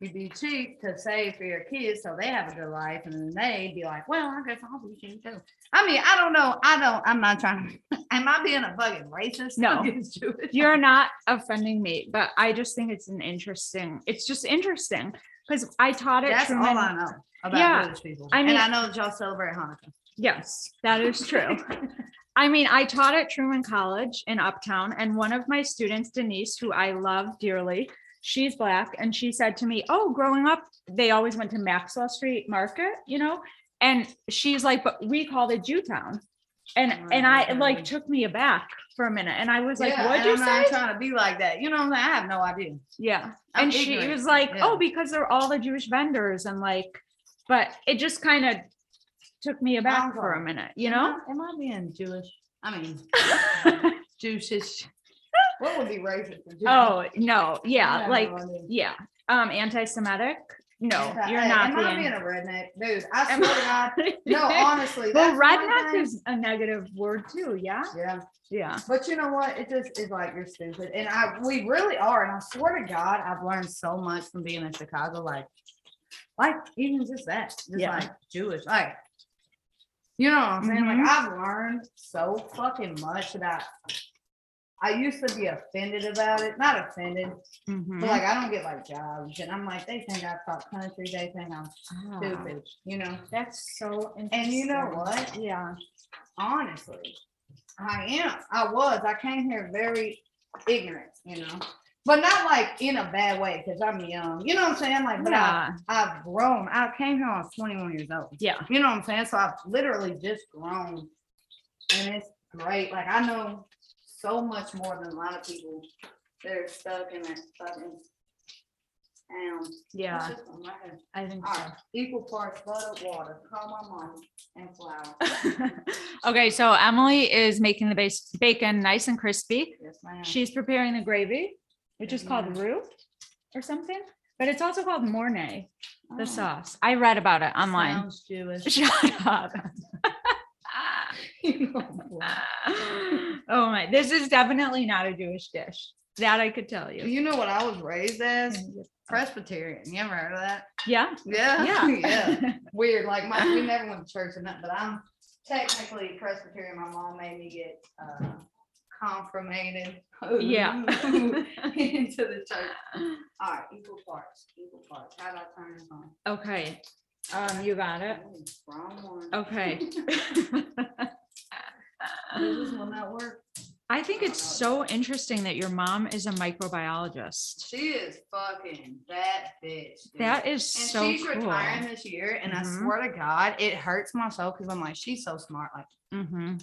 Speaker 2: You'd be cheap to save for your kids so they have a good life and then they'd be like, well, I guess I'll be cheap too. I mean, I don't know. I don't, I'm not trying, [LAUGHS] am I being a fucking racist?
Speaker 1: No.
Speaker 2: against Jewish?
Speaker 1: You're not offending me, but I just think it's an interesting, it's just interesting because I taught it.
Speaker 2: That's all I know
Speaker 1: Yeah.
Speaker 2: about Jewish people.
Speaker 1: I
Speaker 2: And
Speaker 1: mean-
Speaker 2: I know that y'all celebrate Hanukkah.
Speaker 1: Yes, that is
Speaker 2: [LAUGHS]
Speaker 1: true. I mean, I taught at Truman College in Uptown, and one of my students, Denise, who I love dearly, she's black, and she said to me, "Oh, growing up, they always went to Maxwell Street Market, you know." And she's like, "But we called it Jewtown," and and I it, like
Speaker 2: Right.
Speaker 1: took me aback for a minute, and I was like,
Speaker 2: Mm. Yeah,
Speaker 1: "What'd
Speaker 2: and
Speaker 1: you
Speaker 2: I'm not
Speaker 1: say?"
Speaker 2: Trying to be like that, you know, what I'm saying? I have no idea.
Speaker 1: Yeah,
Speaker 2: I'm
Speaker 1: and she
Speaker 2: ignorant.
Speaker 1: was like,
Speaker 2: yeah.
Speaker 1: "Oh, because they're all the Jewish vendors," and like, but it just kind of took me aback for a
Speaker 2: Mind-blowing.
Speaker 1: minute, you
Speaker 2: Am I-
Speaker 1: know.
Speaker 2: Am I being Jewish? I mean,
Speaker 1: [LAUGHS]
Speaker 2: Jewish. What would be racist? for Jewish?
Speaker 1: Oh, no, yeah,
Speaker 2: have
Speaker 1: like,
Speaker 2: no idea.
Speaker 1: yeah, um, anti-Semitic, no,
Speaker 2: But,
Speaker 1: you're
Speaker 2: hey,
Speaker 1: not
Speaker 2: Am I
Speaker 1: being.
Speaker 2: being a redneck? Dude, I
Speaker 1: Am
Speaker 2: swear
Speaker 1: [LAUGHS]
Speaker 2: to God, no, honestly.
Speaker 1: Well,
Speaker 2: that's one
Speaker 1: redneck
Speaker 2: thing-
Speaker 1: is a negative word too, yeah,
Speaker 2: Yeah,
Speaker 1: yeah,
Speaker 2: but you know what? It just is like you're stupid. And I, we really are. And I swear to God, I've learned so much from being in Chicago. Like, like even just that, just
Speaker 1: Yeah.
Speaker 2: like Jewish, like. You know what I'm saying?
Speaker 1: Mhm.
Speaker 2: Like I've learned so fucking much about. I used to be offended about it, not offended,
Speaker 1: mhm.
Speaker 2: but like I don't get like jobs, and I'm like they think I talk country, they think I'm
Speaker 1: Ah,
Speaker 2: stupid, you know.
Speaker 1: That's so interesting.
Speaker 2: And you know what?
Speaker 1: Yeah,
Speaker 2: honestly. I am. I was. I came here very ignorant, you know, but not like in a bad way because I'm young. You know what I'm saying? Like, but I,
Speaker 1: yeah,
Speaker 2: I've grown. I came here when I was 21 years old.
Speaker 1: yeah,
Speaker 2: You know what I'm saying? So I've literally just grown, and it's great. Like I know so much more than a lot of people that are stuck in that fucking. Um,
Speaker 1: yeah, I think
Speaker 2: All
Speaker 1: so.
Speaker 2: right, equal parts butter, water, call my mom, and flour.
Speaker 1: Okay, so [LAUGHS] Emily is making the base bacon nice and crispy.
Speaker 2: Yes, ma'am.
Speaker 1: She's preparing the gravy, which is called roux or something, but it's also called mornay,
Speaker 2: Oh.
Speaker 1: the sauce. I read about it online.
Speaker 2: Sounds
Speaker 1: [LAUGHS]
Speaker 2: Jewish. [LAUGHS]
Speaker 1: Shut up. Uh, oh my, this is definitely not a Jewish dish. That I could tell you.
Speaker 2: You know what I was raised as?
Speaker 1: Mm.
Speaker 2: Presbyterian. You ever heard of that?
Speaker 1: Yeah.
Speaker 2: Yeah. [LAUGHS] yeah.
Speaker 1: Yeah. [LAUGHS]
Speaker 2: Weird. Like my, we never went to church or nothing, but I'm technically Presbyterian. My mom made me get uh, confirmated.
Speaker 1: Yeah.
Speaker 2: [LAUGHS] into the church. All right, equal parts. Equal parts. How do I turn this on?
Speaker 1: Okay. Um, you got it.
Speaker 2: Oh, Wrong one.
Speaker 1: Okay.
Speaker 2: [LAUGHS] Does this one not work?
Speaker 1: I think it's so interesting that your mom is a microbiologist.
Speaker 2: She is fucking that bitch. dude.
Speaker 1: That is
Speaker 2: And
Speaker 1: so
Speaker 2: she's
Speaker 1: cool.
Speaker 2: retiring this year, and
Speaker 1: Mhm.
Speaker 2: I swear to God, it hurts my soul because I'm like, she's so smart. Like,
Speaker 1: Mhm.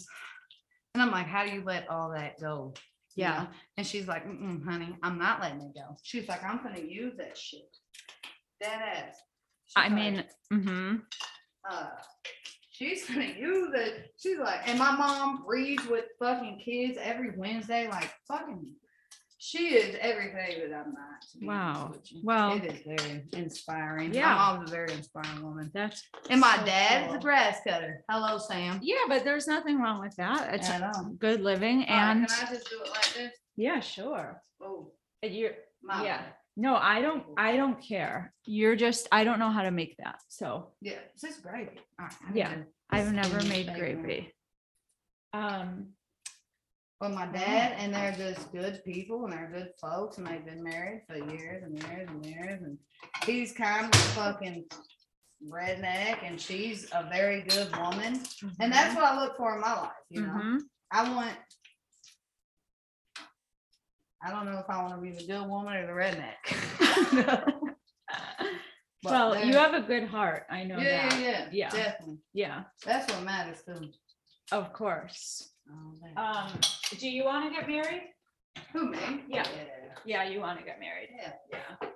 Speaker 2: and I'm like, how do you let all that go? You
Speaker 1: Yeah.
Speaker 2: know? And she's like, Mm-mm, honey, I'm not letting it go. She's like, I'm gonna use that shit. That ass. She's
Speaker 1: I
Speaker 2: like,
Speaker 1: mean, hmm
Speaker 2: uh, she's gonna use it. She's like, and my mom reads with fucking kids every Wednesday. Like, fucking, she is everything that I'm not. to be honest
Speaker 1: Wow.
Speaker 2: with you.
Speaker 1: Well-
Speaker 2: it is very inspiring.
Speaker 1: Yeah.
Speaker 2: Yeah, my mom's a very inspiring woman.
Speaker 1: that's
Speaker 2: And my
Speaker 1: So
Speaker 2: dad's
Speaker 1: cool.
Speaker 2: a grass cutter. Hello, Sam. um,
Speaker 1: Yeah, but there's nothing wrong with that. It's
Speaker 2: At all.
Speaker 1: good
Speaker 2: Oh,
Speaker 1: living
Speaker 2: All right,
Speaker 1: and
Speaker 2: can I just do it like this?
Speaker 1: yeah, sure.
Speaker 2: Oh,
Speaker 1: You're
Speaker 2: my
Speaker 1: yeah.
Speaker 2: bad.
Speaker 1: No, I don't, I don't care. You're just, I don't know how to make that. So
Speaker 2: Yeah, this is great. All right, I'm
Speaker 1: Yeah,
Speaker 2: good.
Speaker 1: I've never
Speaker 2: Mm,
Speaker 1: made
Speaker 2: thank
Speaker 1: gravy. Um,
Speaker 2: Well, my dad and they're just good people and they're good folks and they've been married for years and years and years and he's kind of a fucking redneck and she's a very good woman and that's what I look for in my life. You know,
Speaker 1: Mhm.
Speaker 2: I want. I don't know if I want to be the good woman or the redneck. [LAUGHS]
Speaker 1: mm-hmm. [LAUGHS]
Speaker 2: But
Speaker 1: Well, you
Speaker 2: they're-
Speaker 1: have a good heart. I know
Speaker 2: yeah, yeah,
Speaker 1: that.
Speaker 2: yeah,
Speaker 1: Yeah.
Speaker 2: definitely.
Speaker 1: Yeah,
Speaker 2: That's what matters too.
Speaker 1: of course.
Speaker 2: Oh, man.
Speaker 1: Um, do you want to get married?
Speaker 2: Who me?
Speaker 1: yeah. Yeah, you want to get married.
Speaker 2: Yeah.
Speaker 1: Yeah.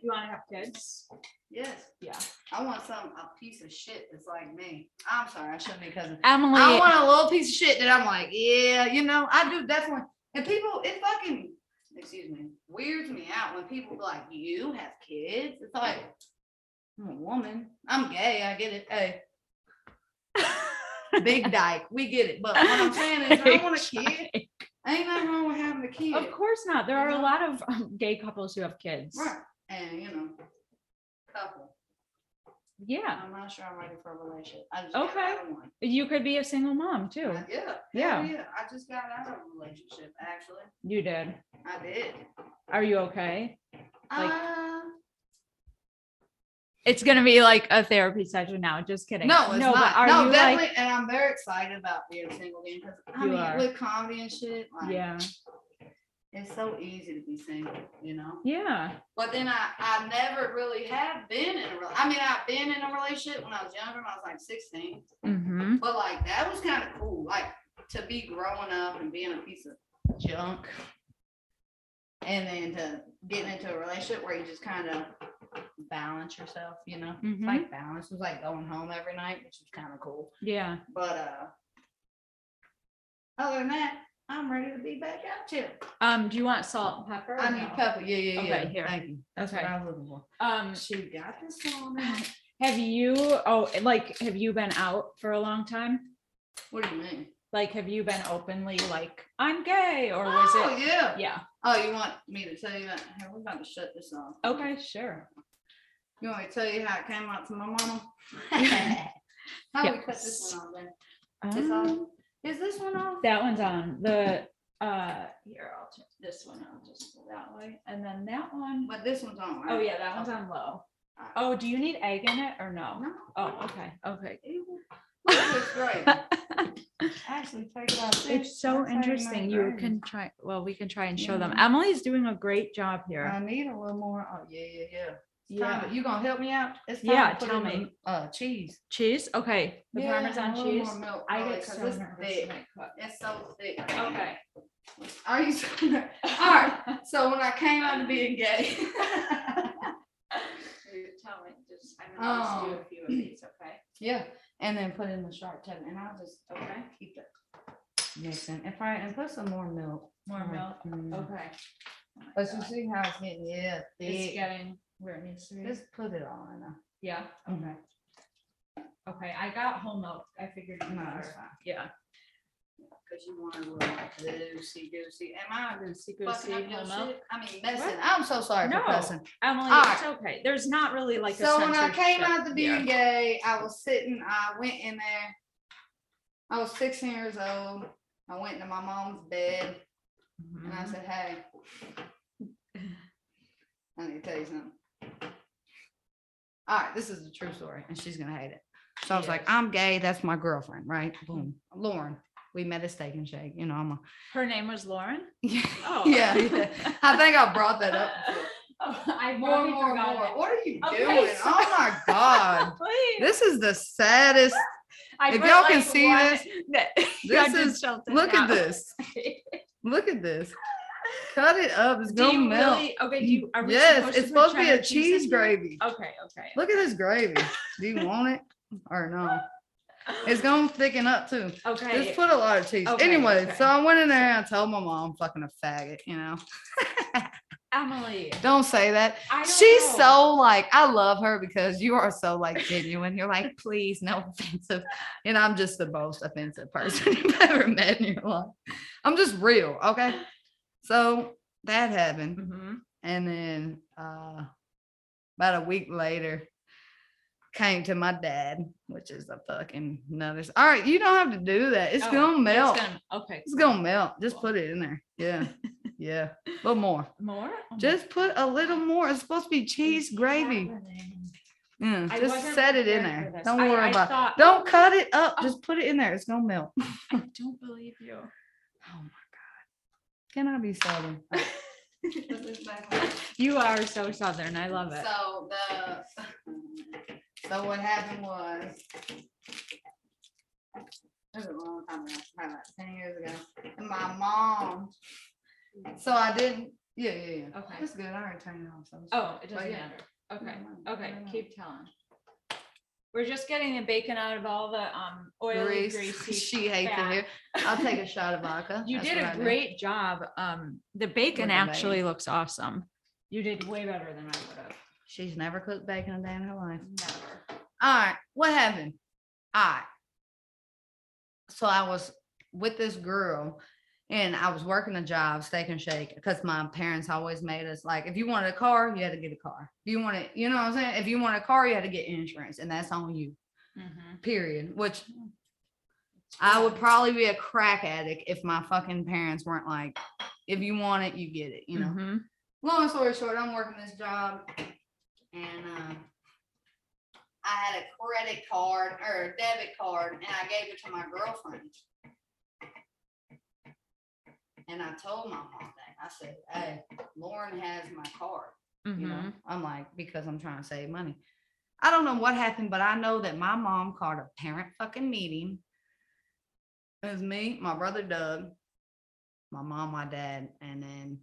Speaker 1: You want to have kids?
Speaker 2: Yes.
Speaker 1: Yeah.
Speaker 2: I want some a piece of shit that's like me. I'm sorry, I shouldn't be cousin.
Speaker 1: Emily. [LAUGHS]
Speaker 2: I want a little piece of shit that I'm like, yeah, you know, I do definitely. And people, it fucking, excuse me, weirds me out when people be like, you have kids. It's like, I'm a woman. I'm gay. I get it. Hey, big dyke. We get it. But what I'm saying is,
Speaker 1: [LAUGHS]
Speaker 2: I want a kid. Ain't nothing wrong with having a kid.
Speaker 1: Of course not. There
Speaker 2: You
Speaker 1: are a
Speaker 2: know?
Speaker 1: lot of um, gay couples who have kids.
Speaker 2: Right. And, you know, couple.
Speaker 1: Yeah.
Speaker 2: I'm not sure I'm ready for a relationship. I just got
Speaker 1: Okay.
Speaker 2: out of one.
Speaker 1: You could be a single mom too.
Speaker 2: Yeah. hell
Speaker 1: Yeah.
Speaker 2: Yeah. I just got out of a relationship, actually.
Speaker 1: You did.
Speaker 2: I did.
Speaker 1: Are you okay? Like-
Speaker 2: Uh,
Speaker 1: It's gonna be like a therapy session now. Just kidding.
Speaker 2: No, it's
Speaker 1: but
Speaker 2: not.
Speaker 1: are
Speaker 2: No,
Speaker 1: you
Speaker 2: definitely. and I'm very excited about being single again because I
Speaker 1: You
Speaker 2: mean,
Speaker 1: are.
Speaker 2: with comedy and shit,
Speaker 1: like,
Speaker 2: like,
Speaker 1: yeah,
Speaker 2: it's so easy to be single, you know.
Speaker 1: yeah.
Speaker 2: But then I, I never really have been in a. rel- I mean, I've been in a relationship when I was younger, when I was like 16.
Speaker 1: Mm-hmm.
Speaker 2: But like that was kind of cool, like to be growing up and being a piece of junk, and then to getting into a relationship where you just kind of balance yourself, you know.
Speaker 1: Mhm.
Speaker 2: It's like balance. It was like going home every night, which was kind of cool.
Speaker 1: Yeah.
Speaker 2: But uh other than that, I'm ready to be back out here.
Speaker 1: Um, do you want salt and pepper? or
Speaker 2: I need
Speaker 1: no?
Speaker 2: pepper. Yeah, yeah, yeah.
Speaker 1: Okay, here.
Speaker 2: Thank you. That's what
Speaker 1: Okay.
Speaker 2: I was looking for.
Speaker 1: Um,
Speaker 2: She got this one. now.
Speaker 1: [LAUGHS] have you oh like have you been out for a long time?
Speaker 2: What do you mean?
Speaker 1: Like have you been openly like I'm gay or was
Speaker 2: oh,
Speaker 1: it
Speaker 2: yeah.
Speaker 1: yeah.
Speaker 2: Oh, you want me to tell you that? Hey, we're about to shut this off.
Speaker 1: Okay,
Speaker 2: [LAUGHS]
Speaker 1: sure.
Speaker 2: You want me to tell you how it came out to
Speaker 1: [LAUGHS]
Speaker 2: my mama? how we cut this one off then? It's
Speaker 1: Um,
Speaker 2: on. Is this one off?
Speaker 1: That one's on the uh here, I'll turn this one on just that way. And then that one.
Speaker 2: But this one's on.
Speaker 1: Oh
Speaker 2: right?
Speaker 1: yeah, that one's on low.
Speaker 2: Alright.
Speaker 1: Oh, do you need egg in it or no?
Speaker 2: No.
Speaker 1: Oh, okay, okay.
Speaker 2: [LAUGHS]
Speaker 1: [LAUGHS]
Speaker 2: It's great. Actually, take it off.
Speaker 1: It's so
Speaker 2: That's how you
Speaker 1: interesting.
Speaker 2: make
Speaker 1: You
Speaker 2: gravy.
Speaker 1: can try, well, we can try and show them.
Speaker 2: Yeah.
Speaker 1: Emily's doing a great job
Speaker 2: I
Speaker 1: here.
Speaker 2: need a little more. Oh, yeah, yeah, yeah. It's time,
Speaker 1: Yeah.
Speaker 2: but you gonna help me out? It's time
Speaker 1: Yeah,
Speaker 2: to put
Speaker 1: tell
Speaker 2: in the,
Speaker 1: me.
Speaker 2: Uh, cheese.
Speaker 1: Cheese, okay, the
Speaker 2: Yeah,
Speaker 1: Parmesan
Speaker 2: a little more
Speaker 1: cheese.
Speaker 2: milk
Speaker 1: I
Speaker 2: on it
Speaker 1: get
Speaker 2: 'cause
Speaker 1: so
Speaker 2: it's
Speaker 1: nervous
Speaker 2: thick.
Speaker 1: when I cook.
Speaker 2: It's so thick.
Speaker 1: Okay.
Speaker 2: Are you so ner-
Speaker 1: [LAUGHS]
Speaker 2: All right. So when I came out of being gay. [LAUGHS]
Speaker 1: Tell me, just, I'm gonna just do a few of these, okay?
Speaker 2: yeah, and then put in the sharp tongue, and I'll just okay keep that. Mixing and fry and put some more milk.
Speaker 1: More milk,
Speaker 2: milk.
Speaker 1: okay. Oh my
Speaker 2: But you
Speaker 1: God.
Speaker 2: see how it's getting yeah
Speaker 1: It's
Speaker 2: thick.
Speaker 1: getting where it needs to be.
Speaker 2: Just put it uh, all in. there.
Speaker 1: Yeah, okay. Okay, I got whole milk. I figured. you
Speaker 2: No, it's
Speaker 1: were-
Speaker 2: fine.
Speaker 1: Yeah.
Speaker 2: Cause you want a little loosey goosey. Am I fucking
Speaker 1: Goosey
Speaker 2: up your
Speaker 1: whole milk.
Speaker 2: shit? I mean, messing. I'm so sorry for
Speaker 1: No.
Speaker 2: cussing.
Speaker 1: Emily,
Speaker 2: All
Speaker 1: it's okay. There's not really like a
Speaker 2: Ah! so when I came
Speaker 1: censorship
Speaker 2: out to being
Speaker 1: here.
Speaker 2: gay, I was sitting, I went in there. I was 16 years old. I went into my mom's bed and I
Speaker 1: Mhm.
Speaker 2: said, Hey, I need to tell you something. All right, this is a true story, and she's gonna hate it. So I was like,
Speaker 1: Yes.
Speaker 2: I'm gay, that's my girlfriend, right? Boom. Lauren. We met at Steak and Shake. You know, I'm a [LAUGHS]
Speaker 1: Her name was Lauren?
Speaker 2: yeah.
Speaker 1: Oh.
Speaker 2: [LAUGHS] yeah, yeah. I think I brought that up. before.
Speaker 1: [LAUGHS] Oh, I
Speaker 2: More,
Speaker 1: probably
Speaker 2: more,
Speaker 1: forgot
Speaker 2: more.
Speaker 1: it.
Speaker 2: What are you
Speaker 1: Okay,
Speaker 2: doing?
Speaker 1: so-
Speaker 2: Oh my god.
Speaker 1: Please.
Speaker 2: This is
Speaker 1: [LAUGHS]
Speaker 2: the saddest.
Speaker 1: I
Speaker 2: if
Speaker 1: put,
Speaker 2: y'all can
Speaker 1: like,
Speaker 2: see
Speaker 1: one
Speaker 2: this,
Speaker 1: [LAUGHS] that- I
Speaker 2: this
Speaker 1: did
Speaker 2: is-
Speaker 1: shut this
Speaker 2: Look
Speaker 1: out. [LAUGHS]
Speaker 2: at this. Look at this. Cut it up. It's
Speaker 1: Do
Speaker 2: gonna
Speaker 1: you
Speaker 2: melt.
Speaker 1: really, okay, do you? are we
Speaker 2: yes, it's
Speaker 1: put
Speaker 2: supposed to be a
Speaker 1: cheddar in
Speaker 2: cheese
Speaker 1: here?
Speaker 2: gravy.
Speaker 1: Okay, okay.
Speaker 2: Look at this gravy. Do you want it or no? It's gonna thicken up too. Just
Speaker 1: [LAUGHS] Okay,
Speaker 2: put a lot of cheese.
Speaker 1: Okay,
Speaker 2: Anyway,
Speaker 1: okay.
Speaker 2: so I went in there and I told my mom I'm fucking a faggot, you know.
Speaker 1: Emily.
Speaker 2: Don't say that.
Speaker 1: I don't
Speaker 2: She's
Speaker 1: know.
Speaker 2: so like, I love her because you are so like genuine. You're like, please, no offensive. And I'm just the most offensive person [LAUGHS] you've ever met in your life. I'm just real. Okay. So that happened.
Speaker 1: Mhm.
Speaker 2: And then uh, about a week later, came to my dad, which is a fucking another. s- All right, you don't have to do that. It's
Speaker 1: Oh,
Speaker 2: gonna melt.
Speaker 1: gonna- Okay.
Speaker 2: It's
Speaker 1: [LAUGHS]
Speaker 2: gonna melt. Just
Speaker 1: Cool.
Speaker 2: put it in there.
Speaker 1: [LAUGHS]
Speaker 2: Yeah, yeah. But more.
Speaker 1: More? Oh my
Speaker 2: Just put a little more. It's supposed to be cheese
Speaker 1: It's
Speaker 2: gravy.
Speaker 1: happening.
Speaker 2: Mm,
Speaker 1: I
Speaker 2: just
Speaker 1: wasn't
Speaker 2: set it in
Speaker 1: prepared
Speaker 2: there.
Speaker 1: for this.
Speaker 2: Don't
Speaker 1: I-
Speaker 2: worry
Speaker 1: I
Speaker 2: about. it.
Speaker 1: thought-
Speaker 2: Don't cut it up.
Speaker 1: Oh.
Speaker 2: Just put it in there. It's gonna melt. Oh
Speaker 1: I don't believe you.
Speaker 2: my god. Can I
Speaker 1: [LAUGHS]
Speaker 2: be southern?
Speaker 1: You are so southern. I love it.
Speaker 2: So the, so what happened was. That was a long time ago, probably about ten years ago, and my mom, so I didn't, yeah, yeah, yeah.
Speaker 1: Okay.
Speaker 2: That's good, I already turned it off. so it's-
Speaker 1: Oh, it doesn't
Speaker 2: But yeah. Mm-hmm.
Speaker 1: matter. Okay,
Speaker 2: Never mind,
Speaker 1: okay,
Speaker 2: never mind.
Speaker 1: keep telling. We're just getting the bacon out of all the um oily
Speaker 2: [LAUGHS] Grease.
Speaker 1: greasy.
Speaker 2: She hates it here, I'll take a shot of vodka.
Speaker 1: [LAUGHS] You
Speaker 2: that's
Speaker 1: did
Speaker 2: what
Speaker 1: a
Speaker 2: I do.
Speaker 1: great job. Um, the bacon
Speaker 2: With the
Speaker 1: actually looks awesome. You did way better than I would have.
Speaker 2: She's never cooked bacon a day in her life.
Speaker 1: Never.
Speaker 2: All right, what happened? All right. So I was with this girl and I was working a job, steak and shake, because my parents always made us like, if you wanted a car, you had to get a car. If you wanted, you know what I'm saying? If you want a car, you had to get insurance and that's on you,
Speaker 1: Mhm.
Speaker 2: period. Which I would probably be a crack addict if my fucking parents weren't like, if you want it, you get it, you know?
Speaker 1: Mhm.
Speaker 2: long story short, I'm working this job and um, I had a credit card or a debit card and I gave it to my girlfriend. And I told my mom that I said, Hey, Lauren has my card. You know,
Speaker 1: Mhm.
Speaker 2: I'm like, because I'm trying to save money. I don't know what happened, but I know that my mom called a parent fucking meeting. It was me, my brother Doug, my mom, my dad, and then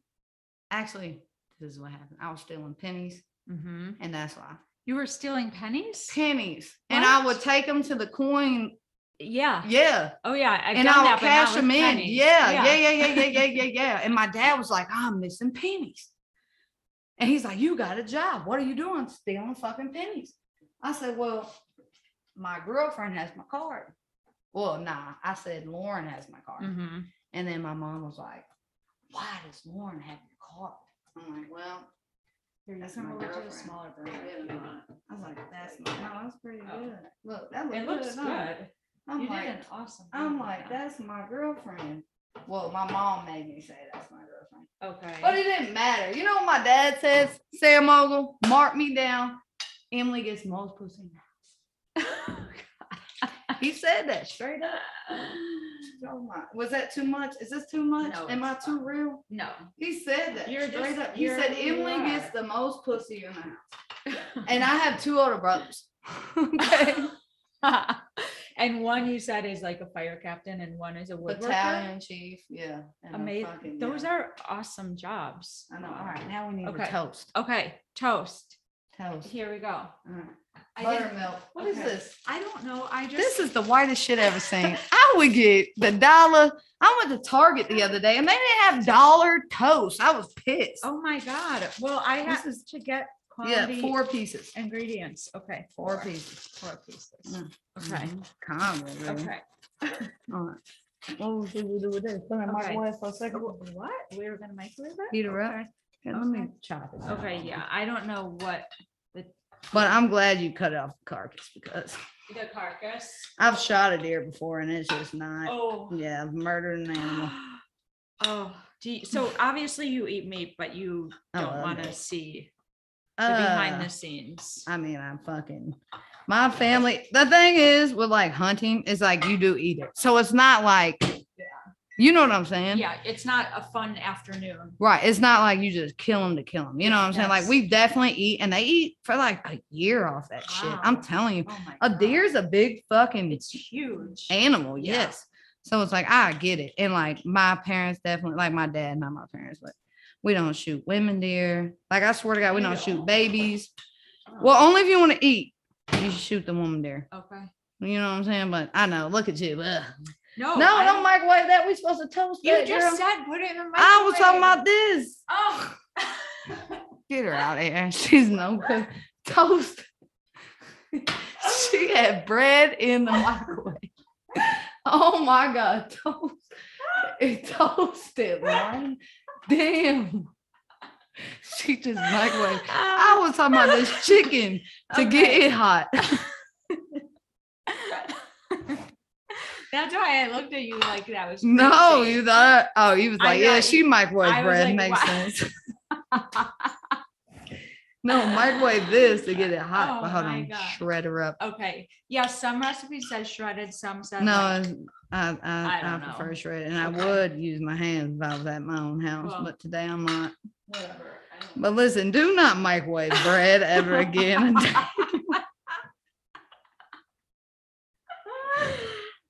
Speaker 2: actually, this is what happened. I was stealing pennies,
Speaker 1: Mhm.
Speaker 2: and that's why
Speaker 1: You were stealing pennies?
Speaker 2: pennies. And I would
Speaker 1: What?
Speaker 2: take them to the coin.
Speaker 1: Yeah.
Speaker 2: Yeah.
Speaker 1: Oh, yeah. I've
Speaker 2: and
Speaker 1: done
Speaker 2: I
Speaker 1: that,
Speaker 2: would
Speaker 1: but not
Speaker 2: cash
Speaker 1: with
Speaker 2: them in.
Speaker 1: pennies.
Speaker 2: Yeah, yeah, yeah, yeah,
Speaker 1: [LAUGHS]
Speaker 2: yeah, yeah, yeah, yeah. And my dad was like, I'm missing pennies. And he's like, You got a job. What are you doing? Stealing fucking pennies. I said, Well, my girlfriend has my card. Well, nah, I said Lauren has my card.
Speaker 1: Mhm.
Speaker 2: And then my mom was like, Why does Lauren have your card? I'm like, Well,
Speaker 1: Here, you
Speaker 2: That's
Speaker 1: can
Speaker 2: my
Speaker 1: go to a
Speaker 2: girlfriend.
Speaker 1: smaller version if you
Speaker 2: Yeah.
Speaker 1: want.
Speaker 2: I was like, That's not, no, that's pretty
Speaker 1: Oh.
Speaker 2: good. Look, that looks,
Speaker 1: It looks
Speaker 2: huh?"
Speaker 1: good.
Speaker 2: I'm
Speaker 1: You did
Speaker 2: like,
Speaker 1: an awesome.
Speaker 2: I'm
Speaker 1: job with
Speaker 2: like,
Speaker 1: that.
Speaker 2: that's my girlfriend. Well, my mom made me say that's my girlfriend. But
Speaker 1: Okay.
Speaker 2: it didn't matter. You know what my dad says? Sam Ogle, mark me down. Emily gets most pussy. He said that straight up. [LAUGHS] Oh my- Was that too much? Is this too much?
Speaker 1: No,
Speaker 2: Am I
Speaker 1: it's
Speaker 2: too real? [LAUGHS]
Speaker 1: No.
Speaker 2: He said that
Speaker 1: You're
Speaker 2: straight
Speaker 1: just-
Speaker 2: up. He
Speaker 1: you're
Speaker 2: said
Speaker 1: who you
Speaker 2: Emily gets
Speaker 1: are.
Speaker 2: the most pussy in the house. And I have two older brothers. Okay. [LAUGHS]
Speaker 1: and one you said is like a fire captain and one is a woodworker.
Speaker 2: Battalion chief. Yeah. and a
Speaker 1: Amazing.
Speaker 2: fucking-
Speaker 1: Those
Speaker 2: yeah.
Speaker 1: are awesome jobs.
Speaker 2: I know. All right. Now we need to
Speaker 1: Okay.
Speaker 2: toast.
Speaker 1: Okay, toast.
Speaker 2: Toast.
Speaker 1: Here we go.
Speaker 2: All right.
Speaker 1: I didn't-
Speaker 2: Buttermilk. What is
Speaker 1: okay.
Speaker 2: this?
Speaker 1: I don't know. I just
Speaker 2: This is the whitest shit I've ever seen. I would get the dollar. I went to Target the other day and they didn't have dollar toast. I was pissed.
Speaker 1: Oh my god. Well, I
Speaker 2: This
Speaker 1: have to get
Speaker 2: yeah,
Speaker 1: quality
Speaker 2: four pieces.
Speaker 1: ingredients. Okay.
Speaker 2: Four pieces.
Speaker 1: Four pieces.
Speaker 2: Mm.
Speaker 1: Okay.
Speaker 2: Mhm. Comedy, really.
Speaker 1: Okay.
Speaker 2: All right. What did we do with this? Put it in
Speaker 1: Okay.
Speaker 2: microwave for a second.
Speaker 1: Wh- What? We were gonna microwave it?
Speaker 2: Heat her up. Here, Let me chop it.
Speaker 1: Okay, yeah. I don't know what
Speaker 2: But I'm glad you cut off the carcass because
Speaker 1: the carcass.
Speaker 2: I've shot a deer before and it's just not.
Speaker 1: Oh.
Speaker 2: Yeah, I've murdered an animal.
Speaker 1: [GASPS] Oh, do you, so obviously you eat meat, but you
Speaker 2: Oh, I
Speaker 1: don't
Speaker 2: love
Speaker 1: want to
Speaker 2: meat.
Speaker 1: see the behind
Speaker 2: Uh,
Speaker 1: the scenes.
Speaker 2: I mean, I'm fucking my family. The thing is with like hunting is like you do eat it. So it's not like you know what I'm saying?
Speaker 1: Yeah, it's not a fun afternoon.
Speaker 2: Right. It's not like you just kill them to kill them. You know what I'm saying? Like
Speaker 1: Yes.
Speaker 2: we definitely eat and they eat for like a year off that shit.
Speaker 1: Wow.
Speaker 2: I'm telling you.
Speaker 1: Oh my
Speaker 2: A
Speaker 1: God.
Speaker 2: deer's a big fucking
Speaker 1: It's huge.
Speaker 2: animal.
Speaker 1: Yeah.
Speaker 2: Yes. So it's like I get it. And like my parents definitely like my dad, not my parents, but we don't shoot women deer. Like I swear to God, we
Speaker 1: You
Speaker 2: don't shoot
Speaker 1: don't?
Speaker 2: babies.
Speaker 1: Oh,
Speaker 2: Well, only if you want to eat, you should shoot the woman deer.
Speaker 1: okay.
Speaker 2: You know what I'm saying? But I know, look at you. ugh.
Speaker 1: No,
Speaker 2: no,
Speaker 1: Oh, I
Speaker 2: don't microwave that. We supposed to toast
Speaker 1: You
Speaker 2: that,
Speaker 1: just
Speaker 2: girl.
Speaker 1: said put it in the microwave.
Speaker 2: I was talking about this.
Speaker 1: Oh.
Speaker 2: Get her out of here. [LAUGHS] She's no good. Toast. [LAUGHS] she had bread in the [LAUGHS] microwave. [LAUGHS] oh my God. Toast. It toasted, man. Damn. she
Speaker 1: [LAUGHS]
Speaker 2: just microwave. I was talking about this chicken to get
Speaker 1: Oh, Okay.
Speaker 2: it hot.
Speaker 1: [LAUGHS] That's why I looked at you like that was
Speaker 2: [LAUGHS] No,
Speaker 1: crazy.
Speaker 2: you thought. Oh, you was
Speaker 1: I
Speaker 2: like, yeah,
Speaker 1: got
Speaker 2: she microwave
Speaker 1: I was
Speaker 2: bread
Speaker 1: like,
Speaker 2: makes
Speaker 1: "Why?"
Speaker 2: sense.
Speaker 1: [LAUGHS]
Speaker 2: No, microwave this to get it hot.
Speaker 1: Oh
Speaker 2: but hold
Speaker 1: my
Speaker 2: on,
Speaker 1: God.
Speaker 2: shred her up.
Speaker 1: Okay. Yeah, some recipes says shredded, some says
Speaker 2: No,
Speaker 1: like-
Speaker 2: I, I, I,
Speaker 1: don't
Speaker 2: prefer
Speaker 1: know.
Speaker 2: shredded, and I
Speaker 1: Okay.
Speaker 2: would use my hands if I was at my own house,
Speaker 1: Well.
Speaker 2: but today I'm not.
Speaker 1: whatever. I don't know.
Speaker 2: But listen, do not microwave bread ever
Speaker 1: [LAUGHS]
Speaker 2: again.
Speaker 1: [LAUGHS]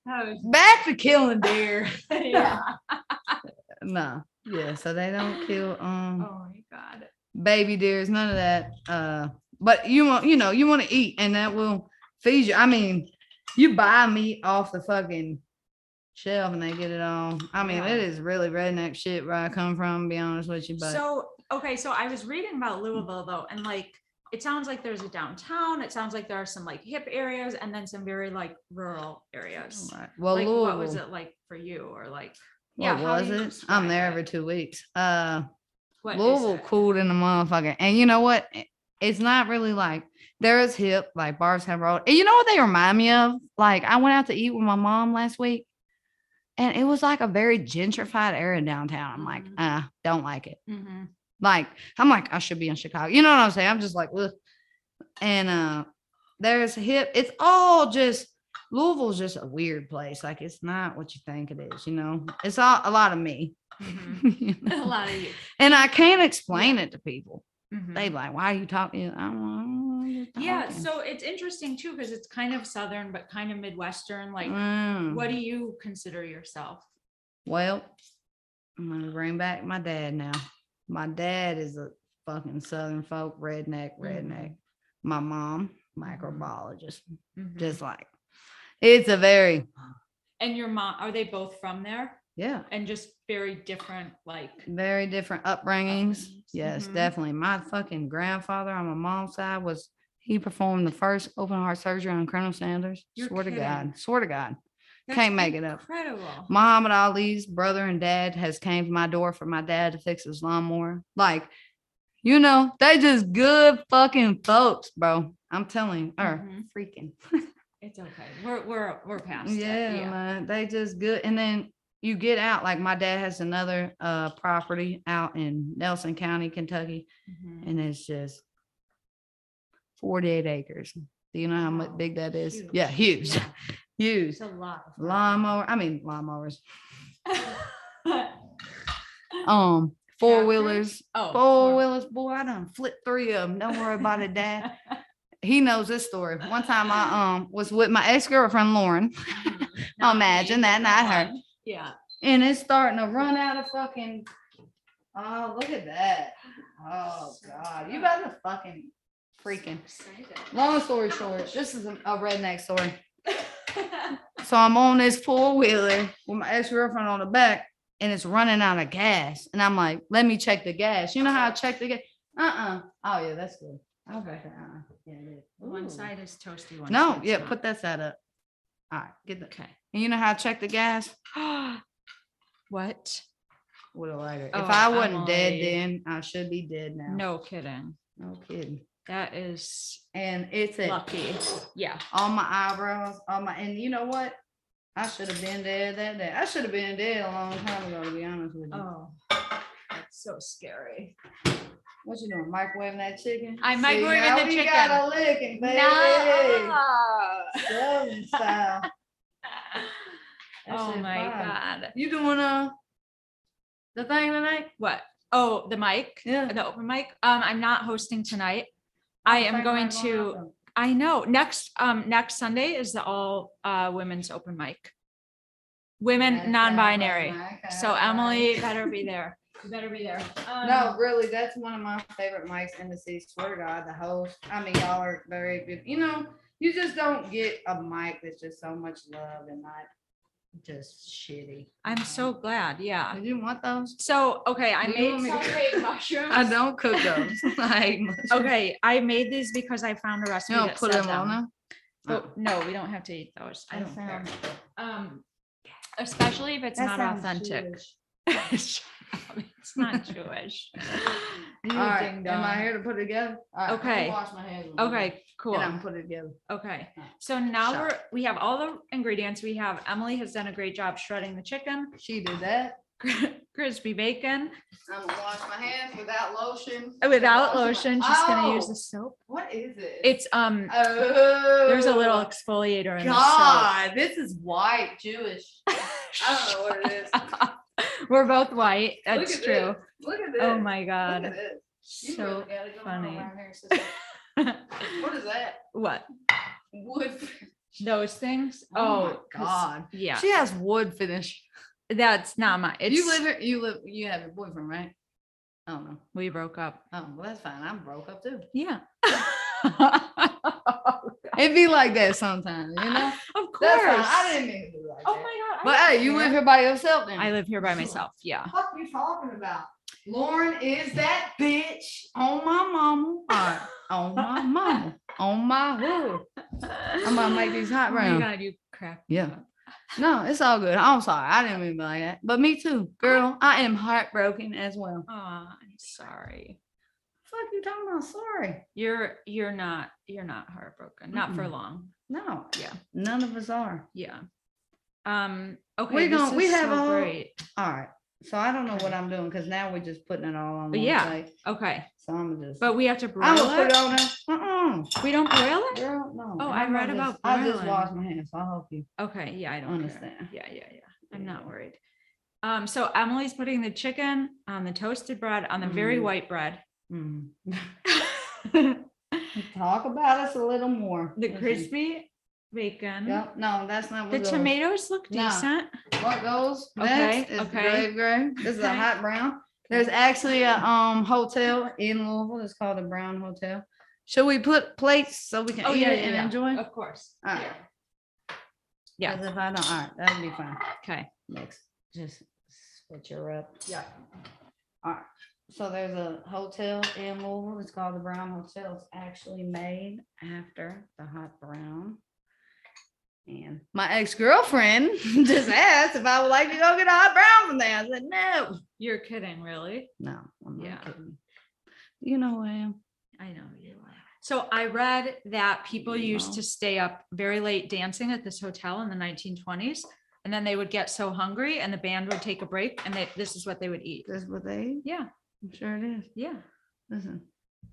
Speaker 1: That was-
Speaker 2: Back to killing deer.
Speaker 1: yeah.
Speaker 2: No, yeah, so they don't kill
Speaker 1: Oh
Speaker 2: um
Speaker 1: my god.
Speaker 2: baby deers, none of that. Uh, but you want, you know, you want to eat, and that will feed you. I mean, you buy meat off the fucking shelf, and they get it all. I mean,
Speaker 1: Yeah.
Speaker 2: it is really redneck shit where I come from. Be honest with you, but
Speaker 1: So okay, so I was reading about Louisville though, and like it sounds like there's a downtown. It sounds like there are some like hip areas and then some very like rural areas.
Speaker 2: Right. well,
Speaker 1: like
Speaker 2: Louisville.
Speaker 1: what was it like for you or like
Speaker 2: What
Speaker 1: Yeah, how do
Speaker 2: was
Speaker 1: you
Speaker 2: it?
Speaker 1: describe
Speaker 2: I'm there
Speaker 1: it?
Speaker 2: every two weeks. Uh,
Speaker 1: what is
Speaker 2: Louisville
Speaker 1: it?
Speaker 2: cooled in the motherfucker, and you know what? I- It's not really like there is hip like Bardstown Road. And you know what they remind me of? Like I went out to eat with my mom last week, and it was like a very gentrified area downtown. I'm like,
Speaker 1: Mhm.
Speaker 2: uh, don't like it.
Speaker 1: Mhm.
Speaker 2: Like I'm like I should be in Chicago. You know what I'm saying? I'm just like, Ugh. and uh, there's hip. It's all just Louisville's just a weird place. Like it's not what you think it is. You know, it's all a lot of me.
Speaker 1: Mhm.
Speaker 2: [LAUGHS] You
Speaker 1: [LAUGHS] a
Speaker 2: know?
Speaker 1: lot of you.
Speaker 2: and I can't explain it to people.
Speaker 1: Mhm.
Speaker 2: They like, why are you talking? I don't know.
Speaker 1: Yeah, so it's interesting too because it's kind of southern but kind of midwestern. Like, what
Speaker 2: Mm.
Speaker 1: do you consider yourself?
Speaker 2: well, I'm gonna bring back my dad now. My dad is a fucking Southern folk, redneck,
Speaker 1: Mm.
Speaker 2: redneck. My mom, microbiologist,
Speaker 1: Mhm.
Speaker 2: just like it's a very
Speaker 1: and your mom? Are they both from there
Speaker 2: yeah,
Speaker 1: and just very different? Like,
Speaker 2: very different upbringings.
Speaker 1: Upbringings,
Speaker 2: Yes,
Speaker 1: mhm.
Speaker 2: definitely. My fucking grandfather on my mom's side was he performed the first open heart surgery on Colonel Sanders.
Speaker 1: You're
Speaker 2: swear to
Speaker 1: kidding.
Speaker 2: God, swear to God.
Speaker 1: that's
Speaker 2: Can't make it up.
Speaker 1: Incredible.
Speaker 2: Muhammad Ali's brother and dad has came to my door for my dad to fix his lawnmower. Like, you know, they just good fucking folks, bro. I'm telling you, or
Speaker 1: Mhm.
Speaker 2: freaking.
Speaker 1: It's okay. We're we're we're past. it,
Speaker 2: Yeah, man, they just good. And then you get out, like my dad has another uh property out in Nelson County, Kentucky, [LAUGHS]
Speaker 1: Mhm.
Speaker 2: and it's just 48 acres. Do you know how much
Speaker 1: Wow,
Speaker 2: big that is?
Speaker 1: huge.
Speaker 2: Yeah, huge, [LAUGHS]
Speaker 1: Yeah,
Speaker 2: huge.
Speaker 1: It's a lot. of
Speaker 2: Lawnmower, I mean lawnmowers.
Speaker 1: property.
Speaker 2: Um, four
Speaker 1: Tractors?
Speaker 2: wheelers,
Speaker 1: [LAUGHS] oh,
Speaker 2: Four wheelers, boy, I done flipped three of them. Don't worry about it, Dad.
Speaker 1: [LAUGHS]
Speaker 2: He knows this story. One time I um was with my ex-girlfriend Lauren,
Speaker 1: Mhm.
Speaker 2: I'll
Speaker 1: Not me,
Speaker 2: Mm-hmm. Oh, imagine that, not her.
Speaker 1: one. Yeah.
Speaker 2: and it's starting to run out of fucking. Oh, look at that. Oh God. You better fucking freaking. Long story short, this is a a redneck story. So I'm on this four wheeler with my ex girlfriend on the back, and it's running out of gas. And I'm like, let me check the gas. You know how I check the gas? Uh uh Oh yeah, that's good. Okay. Uh-uh. Yeah, it is.
Speaker 1: [LAUGHS]
Speaker 2: Ooh.
Speaker 1: One side is toasty. One
Speaker 2: No,
Speaker 1: side's
Speaker 2: yeah,
Speaker 1: not.
Speaker 2: put that side up. All right, get that.
Speaker 1: Okay.
Speaker 2: And you know how I check the gas [GASPS]
Speaker 1: what?
Speaker 2: with a lighter.
Speaker 1: Oh,
Speaker 2: if I
Speaker 1: I'm
Speaker 2: wasn't dead,
Speaker 1: only-
Speaker 2: then I should be dead now.
Speaker 1: No kidding.
Speaker 2: no kidding.
Speaker 1: That is
Speaker 2: And it's it.
Speaker 1: lucky. Yeah.
Speaker 2: all my eyebrows, all my, and you know what? I should have been dead that day. I should have been dead a long time ago, to be honest with you.
Speaker 1: Oh, that's so scary.
Speaker 2: What you doing? Microwaving that chicken?
Speaker 1: I'm
Speaker 2: See,
Speaker 1: microwaving
Speaker 2: now
Speaker 1: the
Speaker 2: we
Speaker 1: chicken.
Speaker 2: Got a licking, baby.
Speaker 1: Oh
Speaker 2: Southern style.
Speaker 1: [LAUGHS]
Speaker 2: That
Speaker 1: oh
Speaker 2: shit
Speaker 1: my
Speaker 2: fire.
Speaker 1: god.
Speaker 2: You doing uh the thing tonight?
Speaker 1: What? Oh, the mic.
Speaker 2: Yeah.
Speaker 1: The open mic. Um, I'm not hosting tonight. I am
Speaker 2: Thing
Speaker 1: going
Speaker 2: tonight
Speaker 1: to.
Speaker 2: out
Speaker 1: I know. Next, um, next Sunday is the all uh women's open mic.
Speaker 2: though?
Speaker 1: Women
Speaker 2: That sounds
Speaker 1: non-binary.
Speaker 2: like my
Speaker 1: So
Speaker 2: kind of
Speaker 1: Emily better
Speaker 2: [LAUGHS]
Speaker 1: be there. You better be there. Um,
Speaker 2: thing. No, really, that's one of my favorite mics in the city. Swear to God, the host. I mean, y'all are very good. You know, you just don't get a mic that's just so much love and not just shitty.
Speaker 1: I'm so glad. Yeah.
Speaker 2: Did you want those?
Speaker 1: So, okay, I
Speaker 2: Do you
Speaker 1: made
Speaker 2: want me to- [LAUGHS]
Speaker 1: sauteed mushrooms.
Speaker 2: I don't [LAUGHS] cook
Speaker 1: [LAUGHS]
Speaker 2: those. I hate mushrooms.
Speaker 1: Okay, I made these because I found a recipe
Speaker 2: You don't
Speaker 1: that
Speaker 2: put
Speaker 1: said
Speaker 2: them on
Speaker 1: them.
Speaker 2: them.
Speaker 1: Oh, no, we don't have to eat those. I
Speaker 2: That
Speaker 1: don't care.
Speaker 2: sounds-
Speaker 1: Um, especially if it's not authentic. [LAUGHS] It's not
Speaker 2: [LAUGHS]
Speaker 1: Jewish. You
Speaker 2: All right,
Speaker 1: ding
Speaker 2: am I
Speaker 1: dong.
Speaker 2: here to put it together? All right, I'm gonna
Speaker 1: Okay.
Speaker 2: Wash my hands.
Speaker 1: Okay, cool.
Speaker 2: And I'm put it together.
Speaker 1: Okay,
Speaker 2: Yeah.
Speaker 1: so now
Speaker 2: Shop.
Speaker 1: we're, we have all the ingredients. We have, Emily has done a great job shredding the chicken, [LAUGHS]
Speaker 2: She did that.
Speaker 1: crispy bacon
Speaker 2: I'm gonna wash my hands without lotion.
Speaker 1: Uh, without
Speaker 2: Wash my-
Speaker 1: lotion. She's gonna use
Speaker 2: Oh,
Speaker 1: the soap.
Speaker 2: What is it?
Speaker 1: It's, um,
Speaker 2: Oh.
Speaker 1: there's a little exfoliator in the
Speaker 2: God, this is white Jewish. I don't know
Speaker 1: soap. [LAUGHS]
Speaker 2: what it is.
Speaker 1: We're both white.
Speaker 2: Look
Speaker 1: That's
Speaker 2: at
Speaker 1: true.
Speaker 2: this. Look at this.
Speaker 1: Oh my
Speaker 2: Look at
Speaker 1: God.
Speaker 2: this. You
Speaker 1: So
Speaker 2: really gotta go home
Speaker 1: funny.
Speaker 2: around here, sister. What is that?
Speaker 1: [LAUGHS] What?
Speaker 2: Wood. [LAUGHS]
Speaker 1: Those things?
Speaker 2: Oh my
Speaker 1: Oh, 'cause-
Speaker 2: God.
Speaker 1: yeah,
Speaker 2: She has wood finish.
Speaker 1: that's not my,
Speaker 2: You live
Speaker 1: it's,
Speaker 2: here, you live, you have your boyfriend, right? I don't know.
Speaker 1: we broke up.
Speaker 2: Oh, well, that's fine. I'm broke
Speaker 1: [LAUGHS]
Speaker 2: up too. [LAUGHS]
Speaker 1: Yeah.
Speaker 2: It'd be like that sometimes, you know?
Speaker 1: Of
Speaker 2: That's fine.
Speaker 1: course.
Speaker 2: I didn't mean to do like
Speaker 1: Oh
Speaker 2: that.
Speaker 1: my God.
Speaker 2: But
Speaker 1: I
Speaker 2: hey, you
Speaker 1: don't
Speaker 2: live
Speaker 1: care.
Speaker 2: here by yourself then.
Speaker 1: I live here by
Speaker 2: Sure.
Speaker 1: myself. Yeah.
Speaker 2: fuck you talking about? Lauren is that bitch on my mama. uh, on
Speaker 1: [LAUGHS]
Speaker 2: my mama. On my hood. I'm gonna make these hot
Speaker 1: Oh my
Speaker 2: rounds.
Speaker 1: God, you crap.
Speaker 2: Yeah. No, it's all good. I'm sorry. I didn't mean to be like that. But me too, girl. I am heartbroken as well.
Speaker 1: Oh, I'm sorry.
Speaker 2: Fuck you talking about sorry.
Speaker 1: You're you're not you're not heartbroken. Not for
Speaker 2: Mm-mm.
Speaker 1: long.
Speaker 2: No,
Speaker 1: Yeah.
Speaker 2: none of us are.
Speaker 1: Yeah. Um. Okay.
Speaker 2: We
Speaker 1: this
Speaker 2: gon- we
Speaker 1: is
Speaker 2: have
Speaker 1: so
Speaker 2: all-
Speaker 1: great.
Speaker 2: All right. So I don't know what I'm doing because now we're just putting it all on.
Speaker 1: But
Speaker 2: one
Speaker 1: yeah.
Speaker 2: plate.
Speaker 1: Okay,
Speaker 2: So I'm just
Speaker 1: but we have to
Speaker 2: I'm
Speaker 1: broil
Speaker 2: gonna put
Speaker 1: it.
Speaker 2: it on there. Uh-uh.
Speaker 1: We don't broil it.
Speaker 2: Girl, no.
Speaker 1: Oh,
Speaker 2: and
Speaker 1: I
Speaker 2: I'm
Speaker 1: read
Speaker 2: gonna
Speaker 1: about
Speaker 2: just- I just
Speaker 1: Berlin.
Speaker 2: washed my hands, so I hope you
Speaker 1: Okay. Yeah, I don't understand.
Speaker 2: understand.
Speaker 1: Yeah, yeah, yeah. I'm not worried. Um. So Emily's putting the chicken on the toasted bread on the very
Speaker 2: Mm.
Speaker 1: white bread.
Speaker 2: [LAUGHS] Mm.
Speaker 1: the
Speaker 2: Talk about us a little more. Listen.
Speaker 1: crispy bacon.
Speaker 2: Yep, no, that's not
Speaker 1: The
Speaker 2: what goes.
Speaker 1: tomatoes look
Speaker 2: No.
Speaker 1: decent.
Speaker 2: What goes
Speaker 1: Okay,
Speaker 2: next is
Speaker 1: okay.
Speaker 2: grave gray. This is a
Speaker 1: Okay.
Speaker 2: hot brown. There's actually a um hotel in Louisville. It's called the Brown Hotel. Should we put plates so we can
Speaker 1: Oh,
Speaker 2: eat it and enjoy?
Speaker 1: Of course.
Speaker 2: All right.
Speaker 1: Yeah.
Speaker 2: 'Cause if I don't, all right, that'll be fine.
Speaker 1: Okay.
Speaker 2: Next, just switch her up.
Speaker 1: Yeah.
Speaker 2: All right. So there's a hotel in Louisville. It's called the Brown Hotel. It's actually made after the hot brown. And my ex-girlfriend [LAUGHS] just asked if I would like to go get a hot brown from there. I said, no.
Speaker 1: You're kidding, really?
Speaker 2: No, I'm
Speaker 1: Yeah.
Speaker 2: not kidding. You know who I am.
Speaker 1: I know you are. So I read that people used
Speaker 2: No.
Speaker 1: to stay up very late dancing at this hotel in the 1920s. And then they would get so hungry and the band would take a break and they, this is what they would eat.
Speaker 2: That's what they,
Speaker 1: Yeah.
Speaker 2: I'm sure it is.
Speaker 1: Yeah.
Speaker 2: Listen,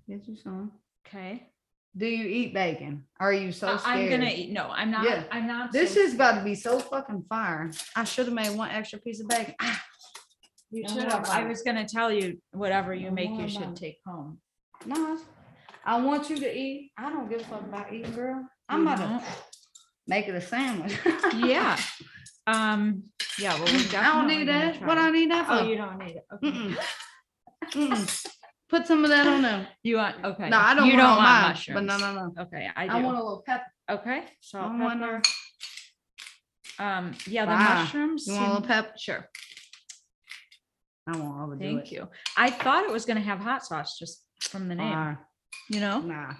Speaker 2: get you some.
Speaker 1: Okay.
Speaker 2: Do you eat bacon? Are you so
Speaker 1: I-
Speaker 2: scared?
Speaker 1: I'm gonna eat. No, I'm not.
Speaker 2: Yeah.
Speaker 1: I'm not.
Speaker 2: This
Speaker 1: so-
Speaker 2: is about to be so fucking fire. I should have made one extra piece of bacon. Ah,
Speaker 1: You
Speaker 2: No more
Speaker 1: should have. I
Speaker 2: about it.
Speaker 1: was gonna tell you, whatever you
Speaker 2: No
Speaker 1: make,
Speaker 2: more
Speaker 1: you
Speaker 2: about
Speaker 1: should
Speaker 2: it.
Speaker 1: take home.
Speaker 2: No, it's- I want you to eat. I don't give a fuck about eating, girl. I'm
Speaker 1: You
Speaker 2: gonna
Speaker 1: don't?
Speaker 2: make it a sandwich. [LAUGHS]
Speaker 1: Yeah. Um, yeah, well, we
Speaker 2: I don't
Speaker 1: definitely
Speaker 2: need
Speaker 1: gonna
Speaker 2: that. What
Speaker 1: try.
Speaker 2: I need that
Speaker 1: Oh,
Speaker 2: for?
Speaker 1: you don't need it. Okay.
Speaker 2: Mm-mm. Mm-mm.
Speaker 1: [LAUGHS]
Speaker 2: Put some of that on there.
Speaker 1: You want, okay.
Speaker 2: No, I don't
Speaker 1: You
Speaker 2: want
Speaker 1: don't
Speaker 2: on
Speaker 1: want
Speaker 2: mine,
Speaker 1: mushrooms.
Speaker 2: But no, no, no.
Speaker 1: Okay, I
Speaker 2: I want
Speaker 1: do.
Speaker 2: a little pepper.
Speaker 1: Okay,
Speaker 2: I
Speaker 1: salt,
Speaker 2: don't want
Speaker 1: pepper.
Speaker 2: no-
Speaker 1: Um, yeah, the
Speaker 2: Wow.
Speaker 1: mushrooms.
Speaker 2: You want a little
Speaker 1: seem-
Speaker 2: pepper?
Speaker 1: [LAUGHS] Sure,
Speaker 2: I won't overdo it.
Speaker 1: thank you. I thought it was gonna have hot sauce just from the name,
Speaker 2: Fire.
Speaker 1: you know?
Speaker 2: Nah.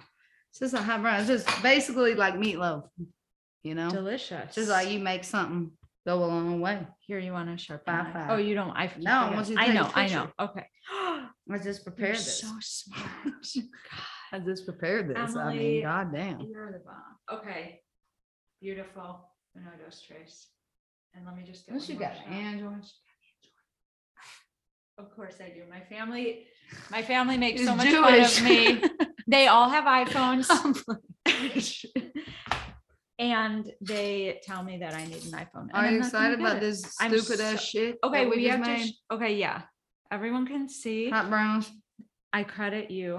Speaker 2: It's just a hot brown. It's just basically like meatloaf. You know?
Speaker 1: Delicious.
Speaker 2: It's just like you make something go a long way.
Speaker 1: Here, you want to sharpen
Speaker 2: Bye
Speaker 1: knife.
Speaker 2: bye.
Speaker 1: Oh, you don't, I. f-
Speaker 2: No, I
Speaker 1: forgot.
Speaker 2: want you to
Speaker 1: I
Speaker 2: take a
Speaker 1: know, I
Speaker 2: picture.
Speaker 1: know, okay. [GASPS]
Speaker 2: I just prepared
Speaker 1: You're
Speaker 2: this.
Speaker 1: so smart.
Speaker 2: I just prepared this. I
Speaker 1: Emily,
Speaker 2: mean, goddamn.
Speaker 1: You're the bomb. Okay. Beautiful. Uno, dos, tres. And let me just get
Speaker 2: What
Speaker 1: one
Speaker 2: you
Speaker 1: more
Speaker 2: got?
Speaker 1: shot.
Speaker 2: Android.
Speaker 1: Of course I do. My family, my family makes
Speaker 2: Is
Speaker 1: so much fun
Speaker 2: Jewish.
Speaker 1: of
Speaker 2: [LAUGHS]
Speaker 1: me. They all have iPhones. [LAUGHS] And they tell me that I need an iPhone. and
Speaker 2: Are
Speaker 1: I'm
Speaker 2: you
Speaker 1: not gonna
Speaker 2: excited
Speaker 1: get
Speaker 2: about
Speaker 1: it.
Speaker 2: this
Speaker 1: I'm
Speaker 2: stupid ass
Speaker 1: so-
Speaker 2: shit?
Speaker 1: Okay,
Speaker 2: that
Speaker 1: we
Speaker 2: just
Speaker 1: have to,
Speaker 2: made?
Speaker 1: sh- okay, yeah. Everyone can see.
Speaker 2: hot browns.
Speaker 1: I credit you.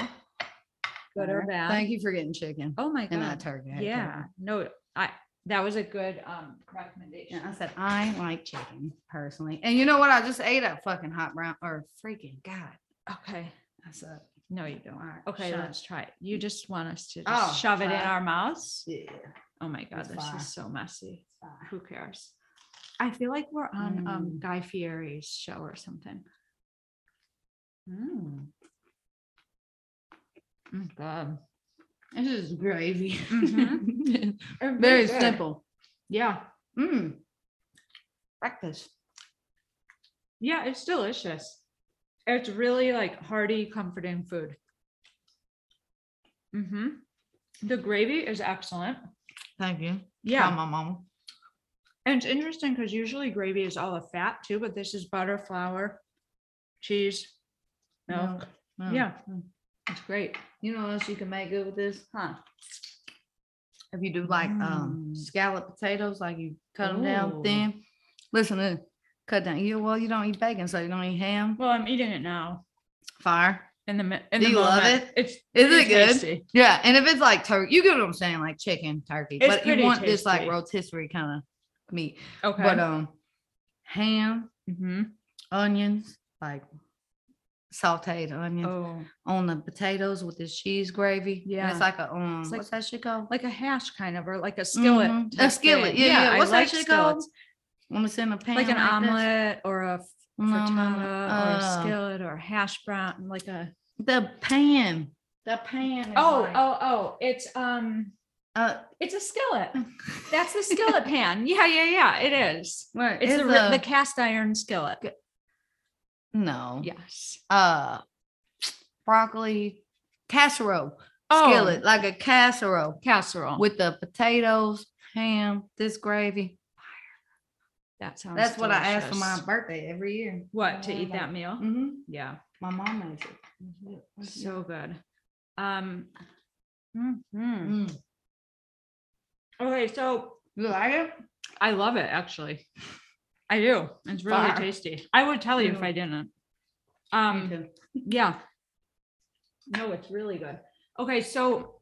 Speaker 1: Good or
Speaker 2: Alright,
Speaker 1: bad.
Speaker 2: Thank you for getting chicken
Speaker 1: Oh my
Speaker 2: and not
Speaker 1: God.
Speaker 2: turkey. I hate
Speaker 1: Yeah,
Speaker 2: turkey.
Speaker 1: no, I, that was a good, um, recommendation.
Speaker 2: And I said I like chicken personally, and you know what? I just ate a fucking hot brown or freaking god.
Speaker 1: Okay,
Speaker 2: I said,
Speaker 1: no, you
Speaker 2: all
Speaker 1: don't.
Speaker 2: right,
Speaker 1: Okay,
Speaker 2: shut
Speaker 1: let's try it. You just want us to
Speaker 2: Oh,
Speaker 1: just shove it in
Speaker 2: fine.
Speaker 1: our mouths?
Speaker 2: Yeah.
Speaker 1: Oh my God,
Speaker 2: It's
Speaker 1: this
Speaker 2: fine.
Speaker 1: is so messy.
Speaker 2: it's fine.
Speaker 1: Who cares? I feel like we're on um
Speaker 2: Mm.
Speaker 1: Guy Fieri's show or something. Mm. Mm, God.
Speaker 2: This is gravy. [LAUGHS]
Speaker 1: Mhm. They're
Speaker 2: Very
Speaker 1: good.
Speaker 2: simple.
Speaker 1: Yeah,
Speaker 2: Mm. Breakfast.
Speaker 1: yeah, it's delicious. It's really like hearty, comforting food. Mm-hmm. The gravy is excellent.
Speaker 2: Thank you.
Speaker 1: Yeah.
Speaker 2: Tell my mama.
Speaker 1: And it's interesting because usually gravy is all a fat too, but this is butter, flour, cheese, milk. Yeah.
Speaker 2: Mm.
Speaker 1: It's great.
Speaker 2: You know what else you can make good with this? Huh? If you do like um
Speaker 1: Mm.
Speaker 2: scallop potatoes, like you cut them down
Speaker 1: Ooh.
Speaker 2: thin. Listen to cut down. You well, you don't eat bacon, so you don't eat ham.
Speaker 1: Well, I'm eating it now.
Speaker 2: Fire.
Speaker 1: In the mi- in
Speaker 2: Do
Speaker 1: the
Speaker 2: you love
Speaker 1: moment. It's
Speaker 2: Is
Speaker 1: pretty
Speaker 2: it good?
Speaker 1: tasty.
Speaker 2: Yeah, and if it's like turkey, you get what I'm saying, like chicken, turkey,
Speaker 1: It's
Speaker 2: but you
Speaker 1: pretty
Speaker 2: want this like
Speaker 1: tasty.
Speaker 2: rotisserie kind of meat.
Speaker 1: Okay.
Speaker 2: But um, ham,
Speaker 1: hmm
Speaker 2: onions, like sautéed onions
Speaker 1: Oh,
Speaker 2: on the potatoes with this cheese gravy. and
Speaker 1: Yeah.
Speaker 2: it's like a um,
Speaker 1: It's like-
Speaker 2: what's that shit called?
Speaker 1: like a hash kind of, or like a skillet.
Speaker 2: Mhm. A
Speaker 1: type
Speaker 2: skillet.
Speaker 1: thing.
Speaker 2: Yeah, yeah.
Speaker 1: I
Speaker 2: What's that
Speaker 1: like
Speaker 2: shit called?
Speaker 1: skillets.
Speaker 2: When it's in a pan,
Speaker 1: Like an
Speaker 2: this? Mm-hmm.
Speaker 1: omelet or a
Speaker 2: No, no, no,
Speaker 1: frittata or a
Speaker 2: uh,
Speaker 1: skillet or hash brown, like a.
Speaker 2: The pan. The pan. is like-
Speaker 1: oh, it's um,
Speaker 2: Uh,
Speaker 1: it's a skillet. [LAUGHS] That's the skillet pan. Yeah, yeah, yeah. It is.
Speaker 2: [LAUGHS] where
Speaker 1: It's
Speaker 2: is
Speaker 1: the, ri- the
Speaker 2: a-
Speaker 1: cast iron skillet.
Speaker 2: no.
Speaker 1: Yes.
Speaker 2: Uh, broccoli casserole
Speaker 1: Oh,
Speaker 2: skillet, like a casserole
Speaker 1: casserole.
Speaker 2: with the potatoes, ham, this gravy.
Speaker 1: that sounds.
Speaker 2: That's what I ask for my
Speaker 1: delicious.
Speaker 2: birthday every year.
Speaker 1: What to eat that meal?
Speaker 2: hmm
Speaker 1: Yeah,
Speaker 2: My mom makes it.
Speaker 1: so good. Um. mhm.
Speaker 2: Mm.
Speaker 1: Okay, so
Speaker 2: you like it?
Speaker 1: I love it actually. I do. It's really
Speaker 2: Fire.
Speaker 1: tasty. I would tell you if
Speaker 2: Yeah.
Speaker 1: I didn't.
Speaker 2: Me
Speaker 1: Um.
Speaker 2: too.
Speaker 1: Yeah. No, it's really good. Okay, so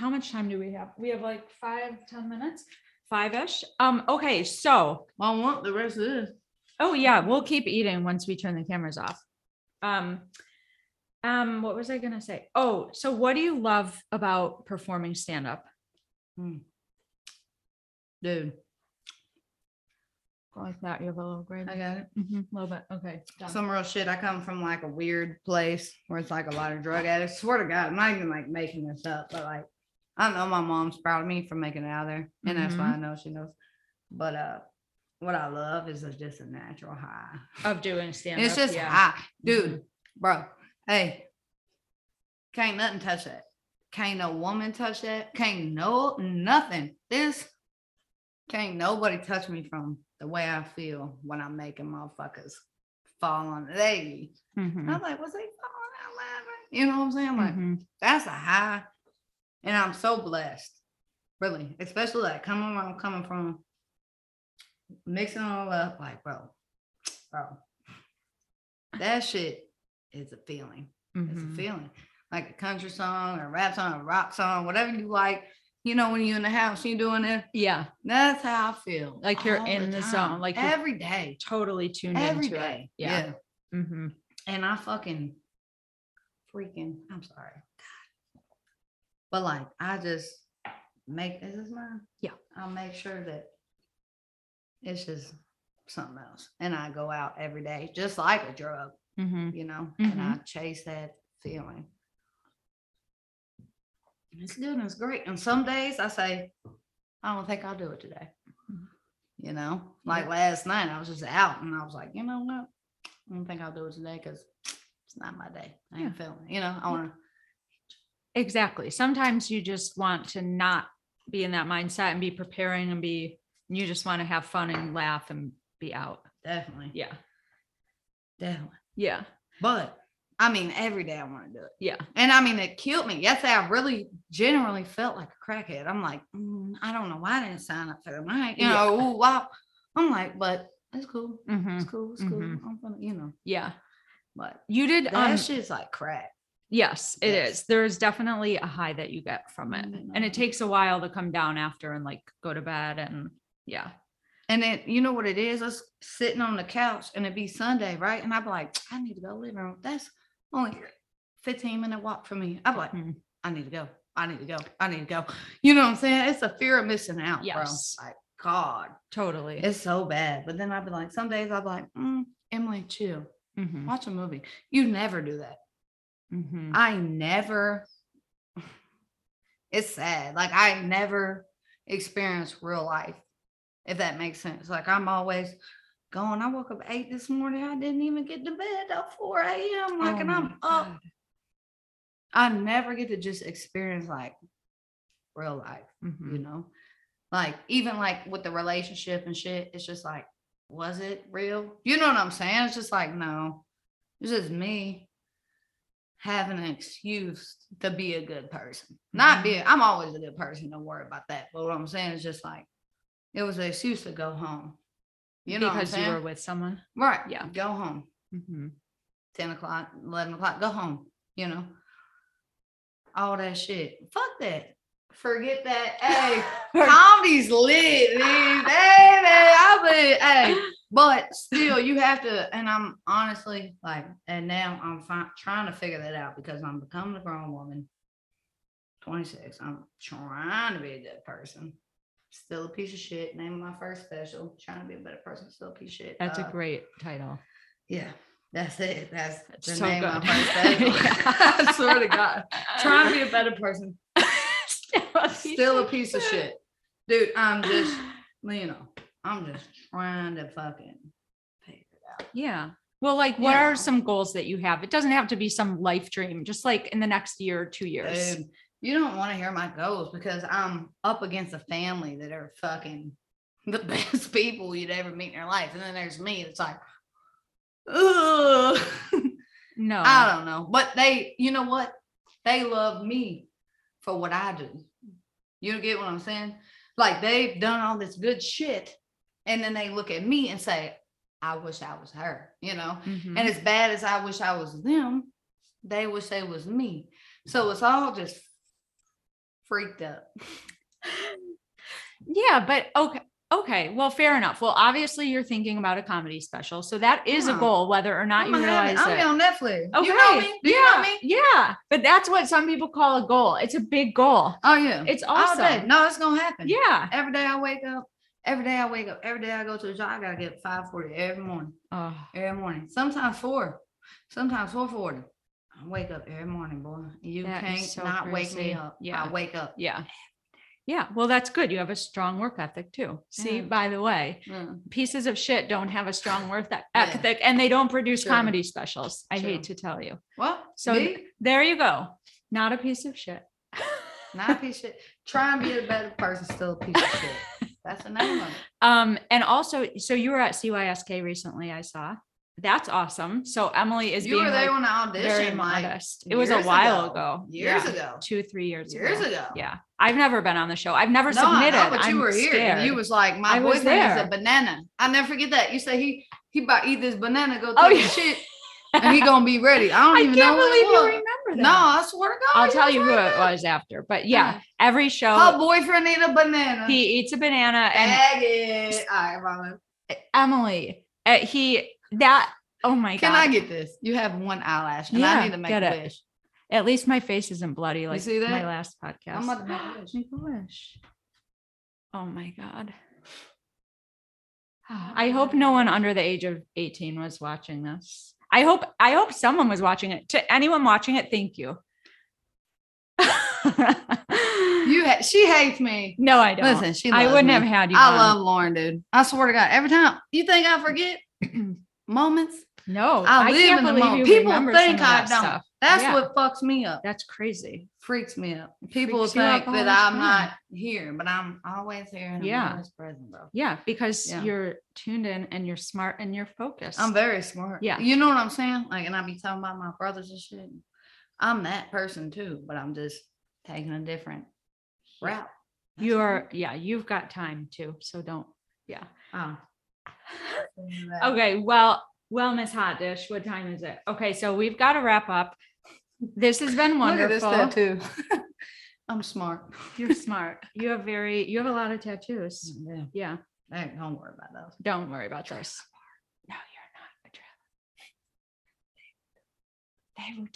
Speaker 1: how much time do we have? We have like five, ten minutes, five-ish. Um. Okay, so.
Speaker 2: Well, I want the rest of this.
Speaker 1: Oh yeah, we'll keep eating once we turn the cameras off. Um, um, what was I gonna say? Oh, so what do you love about performing stand up?
Speaker 2: Dude,
Speaker 1: Like that, you have a little grade.
Speaker 2: I got it.
Speaker 1: little bit. Okay. done.
Speaker 2: Some real shit. I come from like a weird place where it's like a lot of drug addicts. Swear to God, I'm not even like making this up, but like I know my mom's proud of me for making it out of there. And that's why I know she knows. But uh what I love is it's just a natural high.
Speaker 1: of doing stand up.
Speaker 2: it's just
Speaker 1: yeah. Mm-hmm.
Speaker 2: high. Dude, bro, hey. Can't nothing touch that. Can't no woman touch that. Can't no nothing. This can't nobody touch me from the way I feel when I'm making motherfuckers fall on they. I
Speaker 1: Mhm,
Speaker 2: was like, was they falling out laughing? You know what I'm saying? Like,
Speaker 1: mhm.
Speaker 2: that's a high. And I'm so blessed. Really. Especially like coming where I'm coming from. Mixing it all up. Like, bro, bro. That shit is a feeling. It's a
Speaker 1: Mhm.
Speaker 2: feeling. Like a country song or a rap song, a rock song, whatever you like. You know, when you're in the house, you doing it.
Speaker 1: Yeah,
Speaker 2: That's how I feel.
Speaker 1: Like you're
Speaker 2: all
Speaker 1: in the zone,
Speaker 2: time,
Speaker 1: like you're
Speaker 2: every day.
Speaker 1: totally tuned
Speaker 2: Every
Speaker 1: into it.
Speaker 2: day.
Speaker 1: Yeah. Mhm.
Speaker 2: And I fucking freaking, I'm sorry. God. But like, I just make, is this mine?
Speaker 1: Yeah.
Speaker 2: I'll make sure that it's just something else. And I go out every day, just like a drug,
Speaker 1: Mhm.
Speaker 2: you know, and I chase that feeling. And It's good and it's great. And some days I say, I don't think I'll do it today.
Speaker 1: Mhm.
Speaker 2: You know, like last night, I was just out and I was like, you know what? I don't think I'll do it today because it's not my day. I ain't feeling it. You know, I want
Speaker 1: Exactly. Sometimes you just want to not be in that mindset and be preparing and be. You just want to have fun and laugh and be out.
Speaker 2: to definitely,
Speaker 1: Yeah.
Speaker 2: definitely.
Speaker 1: Yeah.
Speaker 2: But I mean, every day I want to do it.
Speaker 1: Yeah.
Speaker 2: And I mean, it killed me. Yesterday, I really generally felt like a crackhead. I'm like, "Mm, I don't know why I didn't sign up for the night. You
Speaker 1: Yeah.
Speaker 2: know, ooh, wow. I'm like, but it's cool.
Speaker 1: Mhm.
Speaker 2: It's cool. It's cool.
Speaker 1: Mhm.
Speaker 2: I'm gonna, you know,
Speaker 1: Yeah.
Speaker 2: but
Speaker 1: You did.
Speaker 2: mm-hmm. that
Speaker 1: um,
Speaker 2: shit's like crack.
Speaker 1: Yes, Mm-hmm. it
Speaker 2: Yes.
Speaker 1: is. There is definitely a high that you get from it.
Speaker 2: Mm,
Speaker 1: And
Speaker 2: mhm.
Speaker 1: it takes a while to come down after and like go to bed and yeah.
Speaker 2: And then you know what it is? Us sitting on the couch and it'd be Sunday, right? And I'd be like, I need to go living room. That's only 15 minute walk for me. I'd be like,
Speaker 1: Mhm.
Speaker 2: I need to go. I need to go. I need to go. You know what I'm saying? It's a fear of missing out,
Speaker 1: Yes.
Speaker 2: bro. Like, God,
Speaker 1: Totally.
Speaker 2: it's so bad. But then I'd be like, some days I'd be like, mm, Emily, chill,
Speaker 1: Mhm,
Speaker 2: watch a movie. You never do that.
Speaker 1: mhm.
Speaker 2: I never, [LAUGHS] it's sad. Like, I never experience real life, if that makes sense. Like, I'm always, going, I woke up eight this morning. I didn't even get to bed till 4 a.m. Like,
Speaker 1: Oh
Speaker 2: and
Speaker 1: my
Speaker 2: I'm up.
Speaker 1: God.
Speaker 2: I never get to just experience like real life, you
Speaker 1: Mhm.
Speaker 2: know? Like, even like with the relationship and shit, it's just like, was it real? You know what I'm saying? It's just like, no, it's just me having an excuse to be a good person.
Speaker 1: Mm-hmm.
Speaker 2: Not be, I'm always a good person. Don't worry about that. But what I'm saying is just like, it was an excuse to go home. You know, what I'm
Speaker 1: because you
Speaker 2: saying?
Speaker 1: were with someone.
Speaker 2: Right.
Speaker 1: Yeah.
Speaker 2: Go home.
Speaker 1: Mhm.
Speaker 2: 10 o'clock, 11 o'clock, go home, you know? All that shit. Fuck that. Forget that.
Speaker 1: [LAUGHS]
Speaker 2: Hey, comedy's lit, dude. Hey, man. I would, hey. But still, you have to, and I'm honestly like, and now I'm fi- trying to figure that out because I'm becoming a grown woman. 26. I'm trying to be a good person. Still a piece of shit. Name of my first special. Trying to be a better person. Still a piece of shit.
Speaker 1: That's a
Speaker 2: Uh,
Speaker 1: great title.
Speaker 2: yeah, that's it. That's the
Speaker 1: so
Speaker 2: name of
Speaker 1: good.
Speaker 2: my first special. [LAUGHS]
Speaker 1: [LAUGHS]
Speaker 2: I swear to God, trying [LAUGHS] to be a better person, still a piece of shit, dude. I'm just, you know, I'm just trying to fucking figure it out.
Speaker 1: [GASPS] Yeah. Well, like, what
Speaker 2: Yeah.
Speaker 1: are some goals that you have? It doesn't have to be some life dream, just like in the next year or two years.
Speaker 2: Dude, you don't want to hear my goals because I'm up against a family that are fucking the [LAUGHS] best people you'd ever meet in your life, and then there's me. It's like, ugh.
Speaker 1: No.
Speaker 2: I don't know. But they, you know what? They love me for what I do. You get what I'm saying? Like they've done all this good shit. And then they look at me and say, I wish I was her, you know?
Speaker 1: Mhm.
Speaker 2: And as bad as I wish I was them, they wish they was me. So it's all just freaked up.
Speaker 1: yeah, but okay. Okay. Well, fair enough. Well, obviously, you're thinking about a comedy special. So that is a
Speaker 2: Yeah.
Speaker 1: goal, whether or not
Speaker 2: I'm,
Speaker 1: you
Speaker 2: gonna have it.
Speaker 1: realize
Speaker 2: I'll
Speaker 1: it.
Speaker 2: be on Netflix.
Speaker 1: Okay.
Speaker 2: You know me? Do
Speaker 1: Oh, yeah.
Speaker 2: you know me?
Speaker 1: Yeah. But that's what some people call a goal. It's a big goal.
Speaker 2: Oh yeah.
Speaker 1: It's
Speaker 2: all day.
Speaker 1: awesome.
Speaker 2: No, it's gonna happen.
Speaker 1: Yeah.
Speaker 2: Every day I wake up, every day I wake up, every day I go to the job, I gotta get five forty every morning,
Speaker 1: Oh,
Speaker 2: every morning. Sometimes four, sometimes four forty. I wake up every morning, boy. You
Speaker 1: That is
Speaker 2: can't
Speaker 1: so
Speaker 2: not wake
Speaker 1: crazy.
Speaker 2: me up.
Speaker 1: Yeah.
Speaker 2: Yeah, I wake up.
Speaker 1: yeah. Yeah. Well, that's good. You have a strong work ethic too. See,
Speaker 2: Yeah.
Speaker 1: by the way,
Speaker 2: Yeah.
Speaker 1: pieces of shit don't have a strong work eth-
Speaker 2: Yeah.
Speaker 1: ethic and they don't produce
Speaker 2: True.
Speaker 1: comedy specials. I
Speaker 2: True.
Speaker 1: hate to tell you.
Speaker 2: Well,
Speaker 1: So
Speaker 2: so
Speaker 1: there you go. Not a piece of shit.
Speaker 2: not a piece of shit. Try and be a better person, still a piece of
Speaker 1: [LAUGHS]
Speaker 2: shit. That's the name of it.
Speaker 1: Um, and also, so you were at CYSK recently, I saw. That's awesome. So Emily is
Speaker 2: you
Speaker 1: being
Speaker 2: were there
Speaker 1: like,
Speaker 2: when I auditioned.
Speaker 1: very
Speaker 2: like,
Speaker 1: modest. It was a
Speaker 2: years
Speaker 1: while ago.
Speaker 2: ago. Years
Speaker 1: Yeah.
Speaker 2: ago.
Speaker 1: Two, three years,
Speaker 2: Years
Speaker 1: ago.
Speaker 2: ago.
Speaker 1: Yeah. I've never been on the show. I've never
Speaker 2: No, I
Speaker 1: submitted.
Speaker 2: know, but you
Speaker 1: I'm
Speaker 2: were here.
Speaker 1: scared.
Speaker 2: And
Speaker 1: [LAUGHS]
Speaker 2: you was like, my
Speaker 1: I was
Speaker 2: boyfriend is
Speaker 1: there.
Speaker 2: a banana. I never forget that. You say he he about to eat this banana, go through
Speaker 1: Oh,
Speaker 2: the
Speaker 1: yeah.
Speaker 2: shit, and he gonna be ready. I
Speaker 1: [LAUGHS]
Speaker 2: don't
Speaker 1: I
Speaker 2: even
Speaker 1: can't
Speaker 2: know
Speaker 1: believe you
Speaker 2: what it was.
Speaker 1: remember that.
Speaker 2: No, I swear to God.
Speaker 1: I'll
Speaker 2: he
Speaker 1: tell
Speaker 2: was
Speaker 1: you who
Speaker 2: right
Speaker 1: it
Speaker 2: there.
Speaker 1: was after. But yeah, every show
Speaker 2: Her boyfriend ate a banana.
Speaker 1: he eats a banana and Oh
Speaker 2: Bag it. All right, mama.
Speaker 1: Emily, uh, he that oh my
Speaker 2: Can
Speaker 1: god.
Speaker 2: I get this? You have one eyelash, and
Speaker 1: Yeah,
Speaker 2: I need to make
Speaker 1: get
Speaker 2: a
Speaker 1: it.
Speaker 2: wish.
Speaker 1: At least my face isn't bloody like
Speaker 2: see
Speaker 1: my
Speaker 2: that?
Speaker 1: last podcast.
Speaker 2: I'm about to make a wish.
Speaker 1: Make a wish. Oh my god.
Speaker 2: Ah,
Speaker 1: I hope no one under the age of 18 was watching this. I hope I hope someone was watching it. To anyone watching it, thank you. [LAUGHS]
Speaker 2: You, ha- she hates me.
Speaker 1: no, I don't.
Speaker 2: Listen, she.
Speaker 1: I
Speaker 2: loves
Speaker 1: wouldn't
Speaker 2: me.
Speaker 1: have had you.
Speaker 2: I
Speaker 1: on.
Speaker 2: love Lauren, dude. I swear to God, every time you think I forget [CLEARS THROAT] moments,
Speaker 1: No,
Speaker 2: I, live
Speaker 1: can't
Speaker 2: in the
Speaker 1: believe
Speaker 2: moment.
Speaker 1: you
Speaker 2: People
Speaker 1: remember some
Speaker 2: think
Speaker 1: of
Speaker 2: I
Speaker 1: that
Speaker 2: don't.
Speaker 1: stuff.
Speaker 2: That's
Speaker 1: Yeah.
Speaker 2: what fucks me up.
Speaker 1: That's crazy.
Speaker 2: freaks me up. People
Speaker 1: freaks you out
Speaker 2: think
Speaker 1: all
Speaker 2: that
Speaker 1: the
Speaker 2: I'm
Speaker 1: time.
Speaker 2: not here, but I'm always here and
Speaker 1: Yeah.
Speaker 2: I'm always present, bro.
Speaker 1: Yeah, because
Speaker 2: Yeah.
Speaker 1: you're tuned in and you're smart and you're focused.
Speaker 2: I'm very smart.
Speaker 1: Yeah.
Speaker 2: You know what I'm saying? Like, and I be talking about my brothers and shit. I'm that person too, but I'm just taking a different route. That's
Speaker 1: you
Speaker 2: all.
Speaker 1: are, yeah, you've got time too. So don't, yeah.
Speaker 2: Oh.
Speaker 1: Oh,
Speaker 2: [LAUGHS]
Speaker 1: Okay, well, well, Miss Hot Dish, what time is it? Okay, so we've got to wrap up. This has been
Speaker 2: Look at this
Speaker 1: wonderful.
Speaker 2: tattoo. [LAUGHS] I'm smart.
Speaker 1: [LAUGHS] You're smart. You have very, you have a lot of tattoos.
Speaker 2: Yeah.
Speaker 1: Yeah,
Speaker 2: Hey, don't worry about those.
Speaker 1: don't worry about this. No, you're not a trailer. They were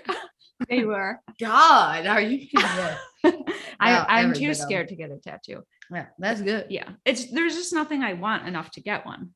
Speaker 1: done in a trailer. They were.
Speaker 2: [LAUGHS] God, are you? yeah.
Speaker 1: [LAUGHS] I,
Speaker 2: Wow,
Speaker 1: I'm too
Speaker 2: every bit of it.
Speaker 1: scared to get a tattoo.
Speaker 2: yeah, that's good.
Speaker 1: [LAUGHS] Yeah, it's there's just nothing I want enough to get one.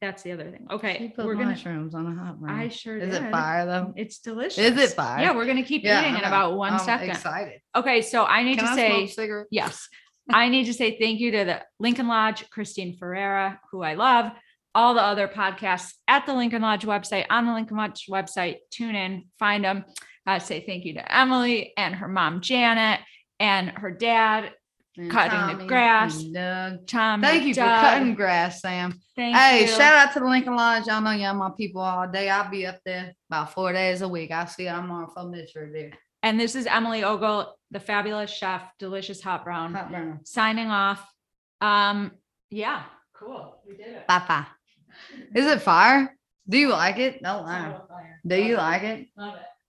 Speaker 1: That's the other thing.
Speaker 2: She
Speaker 1: Okay,
Speaker 2: put
Speaker 1: we're gonna.
Speaker 2: mushrooms on a hot
Speaker 1: I
Speaker 2: round.
Speaker 1: sure
Speaker 2: Is
Speaker 1: did.
Speaker 2: it fire though?
Speaker 1: It's delicious.
Speaker 2: fire?
Speaker 1: Yeah, we're gonna keep
Speaker 2: Yeah,
Speaker 1: eating
Speaker 2: I
Speaker 1: in
Speaker 2: know.
Speaker 1: about one
Speaker 2: I'm
Speaker 1: second.
Speaker 2: Excited.
Speaker 1: Okay, so I need
Speaker 2: Can
Speaker 1: to
Speaker 2: I
Speaker 1: say
Speaker 2: smoke a cigarette?
Speaker 1: yes. I need to say thank you to the Lincoln Lodge, Christine Ferreira, who I love, all the other podcasts at the Lincoln Lodge website, on the Lincoln Lodge website. Tune in, find them. Uh, say thank you to Emily and her mom, Janet, and her dad,
Speaker 2: And
Speaker 1: Cutting the
Speaker 2: Tommy
Speaker 1: grass.
Speaker 2: and Doug.
Speaker 1: Tom.
Speaker 2: Thank you for
Speaker 1: Doug.
Speaker 2: cutting grass, Sam.
Speaker 1: Thank
Speaker 2: Hey,
Speaker 1: you.
Speaker 2: shout out to the Lincoln Lodge. Y'all know y'all my people all day. I'll be up there about four days a week. I see I'm on from this right there.
Speaker 1: And this is Emily Ogle, the fabulous chef, delicious hot brown,
Speaker 2: Hot burner.
Speaker 1: signing off. Um, yeah, cool. We did it.
Speaker 2: Bye bye. Is it fire? Do you like it? Don't lie. Do you like it?
Speaker 1: Love it.